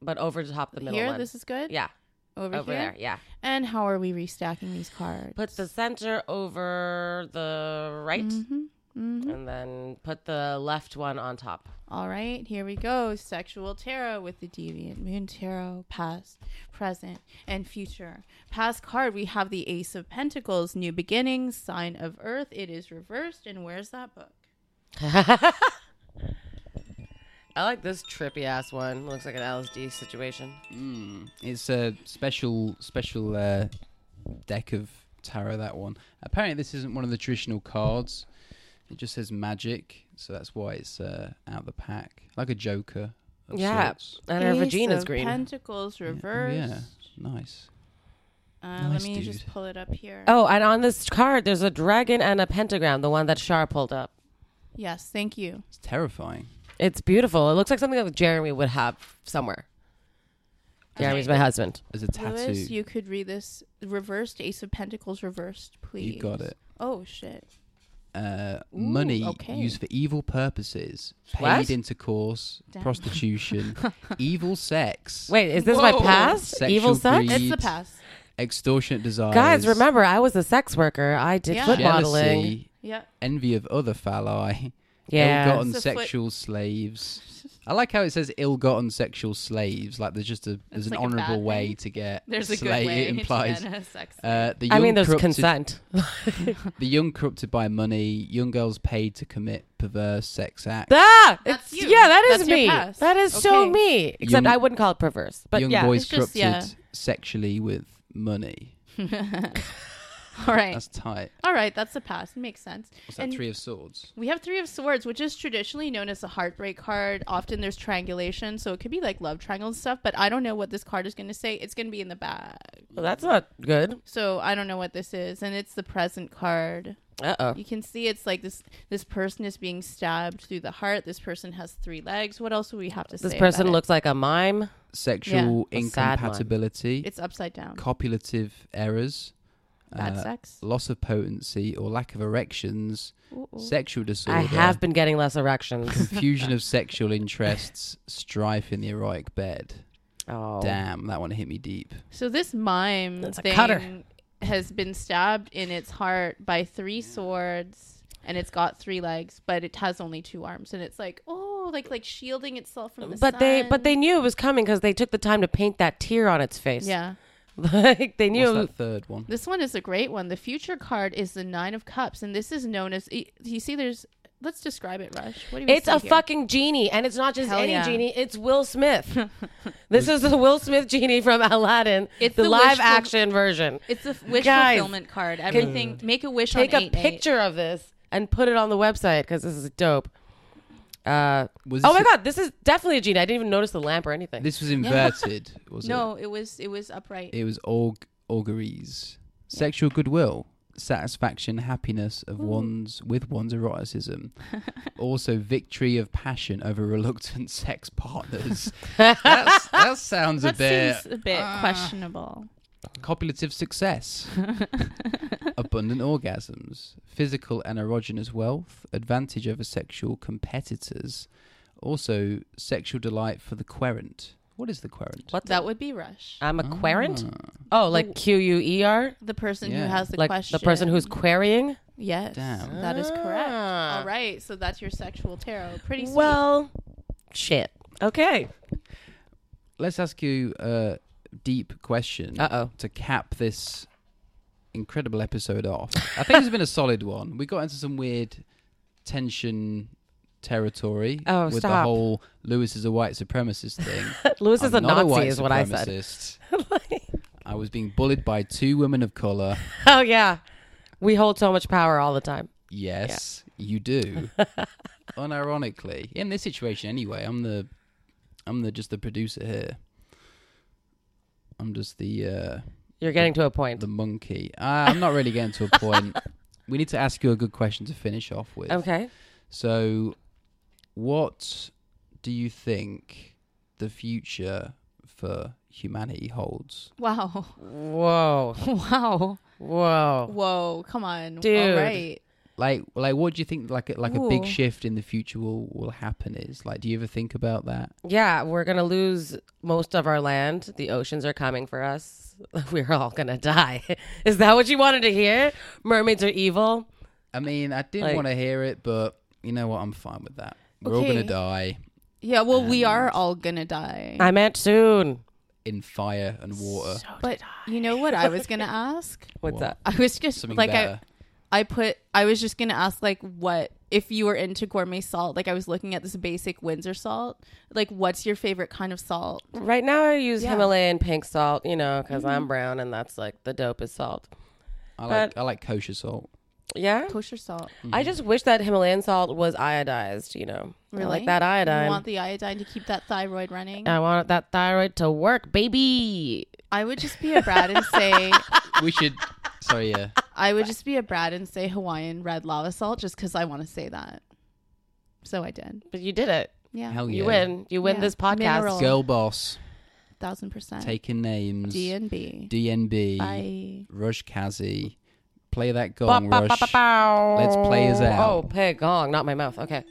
[SPEAKER 2] but over the top the middle
[SPEAKER 3] Here.
[SPEAKER 2] one.
[SPEAKER 3] This is good.
[SPEAKER 2] yeah,
[SPEAKER 3] Over,
[SPEAKER 2] over
[SPEAKER 3] here.
[SPEAKER 2] there. Yeah.
[SPEAKER 3] And how are we restacking these cards?
[SPEAKER 2] Put the center over the right,
[SPEAKER 3] Mhm, mhm.
[SPEAKER 2] and then put the left one on top.
[SPEAKER 3] All right, here we go. Sexual tarot with the deviant moon tarot, past, present, and future. Past card, we have the ace of pentacles, new beginnings, sign of earth. It is reversed. And where's that book?
[SPEAKER 2] I like this trippy ass one. Looks like an LSD situation.
[SPEAKER 1] it's a special special uh, deck of tarot. That one. Apparently, this isn't one of the traditional cards. It just says magic, so that's why it's uh, out of the pack, like a joker. Of
[SPEAKER 2] yeah,
[SPEAKER 1] sorts.
[SPEAKER 2] and her
[SPEAKER 3] Ace
[SPEAKER 2] vagina's
[SPEAKER 3] of
[SPEAKER 2] green.
[SPEAKER 3] Pentacles reversed.
[SPEAKER 1] Yeah, nice.
[SPEAKER 3] Uh,
[SPEAKER 1] Nice,
[SPEAKER 3] let me just
[SPEAKER 1] dude.
[SPEAKER 3] pull it up here.
[SPEAKER 2] oh, and on this card, there's a dragon and a pentagram. The one that Shar pulled up.
[SPEAKER 3] Yes, thank you.
[SPEAKER 1] It's terrifying.
[SPEAKER 2] It's beautiful. It looks like something that Jeremy would have somewhere. Jeremy's my husband.
[SPEAKER 1] As a tattoo,
[SPEAKER 3] Lewis, you could read this reversed ace of pentacles reversed, please.
[SPEAKER 1] you got it.
[SPEAKER 3] Oh shit.
[SPEAKER 1] uh, money
[SPEAKER 3] okay.
[SPEAKER 1] used for evil purposes, paid
[SPEAKER 2] What?
[SPEAKER 1] intercourse,
[SPEAKER 3] Damn.
[SPEAKER 1] prostitution, evil sex,
[SPEAKER 2] Wait, is this my
[SPEAKER 3] Whoa.
[SPEAKER 2] past?
[SPEAKER 1] Sexual
[SPEAKER 2] Evil sex?
[SPEAKER 1] greed.
[SPEAKER 3] It's the
[SPEAKER 1] Eat.
[SPEAKER 3] past.
[SPEAKER 1] extortionate desires,
[SPEAKER 2] Guys, remember, I was a sex worker. I did
[SPEAKER 3] Yeah.
[SPEAKER 2] foot modeling.
[SPEAKER 1] jealousy,
[SPEAKER 3] Yep.
[SPEAKER 1] envy of other phalli,
[SPEAKER 2] Yeah.
[SPEAKER 1] ill-gotten
[SPEAKER 3] It's a foot-
[SPEAKER 1] sexual slaves. I like how it says ill-gotten sexual slaves. Like there's just a there's
[SPEAKER 3] It's
[SPEAKER 1] an
[SPEAKER 3] like a bad
[SPEAKER 1] honorable way
[SPEAKER 3] thing.
[SPEAKER 1] to get
[SPEAKER 3] There's a good
[SPEAKER 1] slave.
[SPEAKER 3] way
[SPEAKER 1] It implies.
[SPEAKER 3] to get a sex.
[SPEAKER 1] Uh, the young
[SPEAKER 2] I mean, there's
[SPEAKER 1] corrupted,
[SPEAKER 2] consent.
[SPEAKER 1] The young corrupted by money, young girls paid to commit perverse sex acts.
[SPEAKER 2] ah,
[SPEAKER 3] That's
[SPEAKER 2] it's,
[SPEAKER 3] you.
[SPEAKER 2] yeah, that is
[SPEAKER 3] That's your
[SPEAKER 2] me.
[SPEAKER 3] past.
[SPEAKER 2] That is so
[SPEAKER 3] Okay.
[SPEAKER 2] me. Except
[SPEAKER 1] Young-
[SPEAKER 2] I wouldn't call it perverse. But
[SPEAKER 1] young
[SPEAKER 2] yeah,
[SPEAKER 1] boys
[SPEAKER 3] it's just-
[SPEAKER 1] corrupted sexually with money.
[SPEAKER 3] all right.
[SPEAKER 1] That's tight.
[SPEAKER 3] all right, that's the past. Makes sense.
[SPEAKER 1] What's that?
[SPEAKER 3] And
[SPEAKER 1] Three of Swords.
[SPEAKER 3] we have 3 of swords, which is traditionally known as a heartbreak card. Often there's triangulation, so it could be like love triangle and stuff, but I don't know what this card is going to say. It's going to be in the bag.
[SPEAKER 2] Well, that's not good.
[SPEAKER 3] So, I don't know what this is, and it's the present card.
[SPEAKER 2] Uh oh.
[SPEAKER 3] You can see it's like this this person is being stabbed through the heart. This person has three legs. What else do we have to say?
[SPEAKER 2] This person
[SPEAKER 3] about it?
[SPEAKER 2] looks like a mime.
[SPEAKER 1] Sexual
[SPEAKER 2] Yeah. A sad one.
[SPEAKER 1] incompatibility,
[SPEAKER 3] it's upside down.
[SPEAKER 1] copulative errors,
[SPEAKER 3] Bad
[SPEAKER 1] uh,
[SPEAKER 3] sex.
[SPEAKER 1] loss of potency or lack of erections, sexual disorder,
[SPEAKER 2] I have been getting less erections.
[SPEAKER 1] confusion of sexual interests, strife in the erotic bed.
[SPEAKER 2] oh.
[SPEAKER 1] Damn, that one hit me deep.
[SPEAKER 3] So this mime
[SPEAKER 2] That's a
[SPEAKER 3] thing
[SPEAKER 2] cutter.
[SPEAKER 3] has been stabbed in its heart by three swords, and it's got three legs, but it has only two arms, and it's like oh, like like shielding itself from the
[SPEAKER 2] But they but
[SPEAKER 3] sun.
[SPEAKER 2] they knew it was coming because they took the time to paint that tear on its face.
[SPEAKER 3] yeah.
[SPEAKER 2] like they
[SPEAKER 1] What's
[SPEAKER 2] knew.
[SPEAKER 1] that third one?
[SPEAKER 3] This one is a great one. The future card is the nine of cups, and this is known as y- you see. There's let's describe it, Rush. What do we
[SPEAKER 2] It's
[SPEAKER 3] see
[SPEAKER 2] a
[SPEAKER 3] here?
[SPEAKER 2] fucking genie, and it's not just
[SPEAKER 3] Hell
[SPEAKER 2] any
[SPEAKER 3] yeah.
[SPEAKER 2] genie. It's Will Smith. this is the Will Smith genie from Aladdin.
[SPEAKER 3] It's
[SPEAKER 2] It's the,
[SPEAKER 3] the
[SPEAKER 2] live
[SPEAKER 3] wishful-
[SPEAKER 2] action version.
[SPEAKER 3] It's a f- wish
[SPEAKER 2] Guys,
[SPEAKER 3] fulfillment card. Everything. Make a wish
[SPEAKER 2] Take
[SPEAKER 3] on
[SPEAKER 2] a
[SPEAKER 3] eight and eight.
[SPEAKER 2] picture of this and put it on the website because this is dope. Uh,
[SPEAKER 1] Was
[SPEAKER 2] oh
[SPEAKER 1] this
[SPEAKER 2] my
[SPEAKER 1] a-
[SPEAKER 2] god, this is definitely a genie. I didn't even notice the lamp or anything.
[SPEAKER 1] This was inverted, was
[SPEAKER 3] No, it was it was upright.
[SPEAKER 1] it? It was aug- auguries. Sexual goodwill, satisfaction, happiness of one's with one's eroticism. also victory of passion over reluctant sex partners. That's, that sounds
[SPEAKER 3] that
[SPEAKER 1] a bit
[SPEAKER 3] seems a bit questionable.
[SPEAKER 1] copulative success, abundant orgasms, physical and erogenous wealth, advantage over sexual competitors, also sexual delight for the querent. What is the querent? Ah.
[SPEAKER 2] what?
[SPEAKER 3] That would be Rush.
[SPEAKER 2] I'm a querent. Oh, like Q U E R,
[SPEAKER 3] The person
[SPEAKER 1] Yeah.
[SPEAKER 3] who has the
[SPEAKER 2] like
[SPEAKER 3] question.
[SPEAKER 2] the person who's querying.
[SPEAKER 3] Yes.
[SPEAKER 1] Damn.
[SPEAKER 3] That is correct.
[SPEAKER 2] Ah.
[SPEAKER 3] All right. So that's your sexual tarot. Pretty sweet.
[SPEAKER 2] Well, shit. Okay.
[SPEAKER 1] Let's ask you a deep question
[SPEAKER 2] Uh-oh.
[SPEAKER 1] to cap this incredible episode off. I think it's been a solid one. We got into some weird tension territory
[SPEAKER 2] Oh,
[SPEAKER 1] with the
[SPEAKER 2] stop.
[SPEAKER 1] whole Lewis is a white supremacist thing.
[SPEAKER 2] Lewis is
[SPEAKER 1] I'm
[SPEAKER 2] a
[SPEAKER 1] not
[SPEAKER 2] Nazi,
[SPEAKER 1] white
[SPEAKER 2] is what I said.
[SPEAKER 1] supremacist. I was being bullied by two women of color.
[SPEAKER 2] Oh yeah, we hold so much power all the time.
[SPEAKER 1] Yes, you do. Unironically, in this situation anyway, I'm the I'm the just the producer here. I'm just the uh,
[SPEAKER 2] You're getting to a point.
[SPEAKER 1] the monkey. Uh, I'm not really getting to a point. we need to ask you a good question to finish off with.
[SPEAKER 2] Okay.
[SPEAKER 1] So, what do you think the future for humanity holds?
[SPEAKER 3] Wow.
[SPEAKER 2] Whoa.
[SPEAKER 3] Wow.
[SPEAKER 2] Whoa.
[SPEAKER 3] Whoa. Come on.
[SPEAKER 2] Dude.
[SPEAKER 3] All right.
[SPEAKER 1] Like, like, what do you think? Like, a, like a
[SPEAKER 3] Ooh.
[SPEAKER 1] big shift in the future will will happen. Is like, do you ever think about that?
[SPEAKER 2] Yeah, we're gonna lose most of our land. The oceans are coming for us. We're all gonna die. Is that what you wanted to hear? Mermaids are evil.
[SPEAKER 1] I mean, I didn't
[SPEAKER 2] Like-
[SPEAKER 1] want to hear it, but you know what? I'm fine with that. We're all gonna
[SPEAKER 3] Okay.
[SPEAKER 1] die
[SPEAKER 3] Yeah. Well, we are all gonna die.
[SPEAKER 2] I meant soon.
[SPEAKER 1] in fire and water.
[SPEAKER 3] But you know what I was gonna ask?
[SPEAKER 2] What's
[SPEAKER 1] What?
[SPEAKER 2] that?
[SPEAKER 3] I was just
[SPEAKER 1] Something
[SPEAKER 3] like
[SPEAKER 1] better.
[SPEAKER 3] I I put I was just gonna ask like what if you were into gourmet salt, like I was looking at this basic Windsor salt, like what's your favorite kind of salt?
[SPEAKER 2] Right now, I use
[SPEAKER 3] Yeah.
[SPEAKER 2] Himalayan pink salt, you know, because I'm brown and that's like the dopest salt.
[SPEAKER 1] I like I like kosher salt.
[SPEAKER 2] Yeah.
[SPEAKER 3] Kosher salt.
[SPEAKER 2] I just wish that Himalayan salt was iodized, you know. I
[SPEAKER 3] Really?
[SPEAKER 2] like that
[SPEAKER 3] You
[SPEAKER 2] iodine.
[SPEAKER 3] want the iodine to keep that thyroid running?
[SPEAKER 2] I want that thyroid to work, baby.
[SPEAKER 3] I would just be a brat and say
[SPEAKER 1] we should. Sorry, yeah.
[SPEAKER 3] I would just be a brat and say Hawaiian red lava salt just because I want to say that. So I did.
[SPEAKER 2] But you did it.
[SPEAKER 3] Yeah.
[SPEAKER 1] Hell yeah.
[SPEAKER 2] You win. You win
[SPEAKER 3] Yeah.
[SPEAKER 2] this podcast.
[SPEAKER 3] Mineral.
[SPEAKER 1] Girl boss
[SPEAKER 3] Thousand percent.
[SPEAKER 1] taking names.
[SPEAKER 3] D and B.
[SPEAKER 1] DNB.
[SPEAKER 3] Bye.
[SPEAKER 1] Rush Kazi. Play that
[SPEAKER 2] Ba-
[SPEAKER 1] gong,
[SPEAKER 2] ba- ba-
[SPEAKER 1] Rush.
[SPEAKER 2] ba- bow.
[SPEAKER 1] Let's play us out.
[SPEAKER 2] Oh, play a gong, not my mouth. Okay.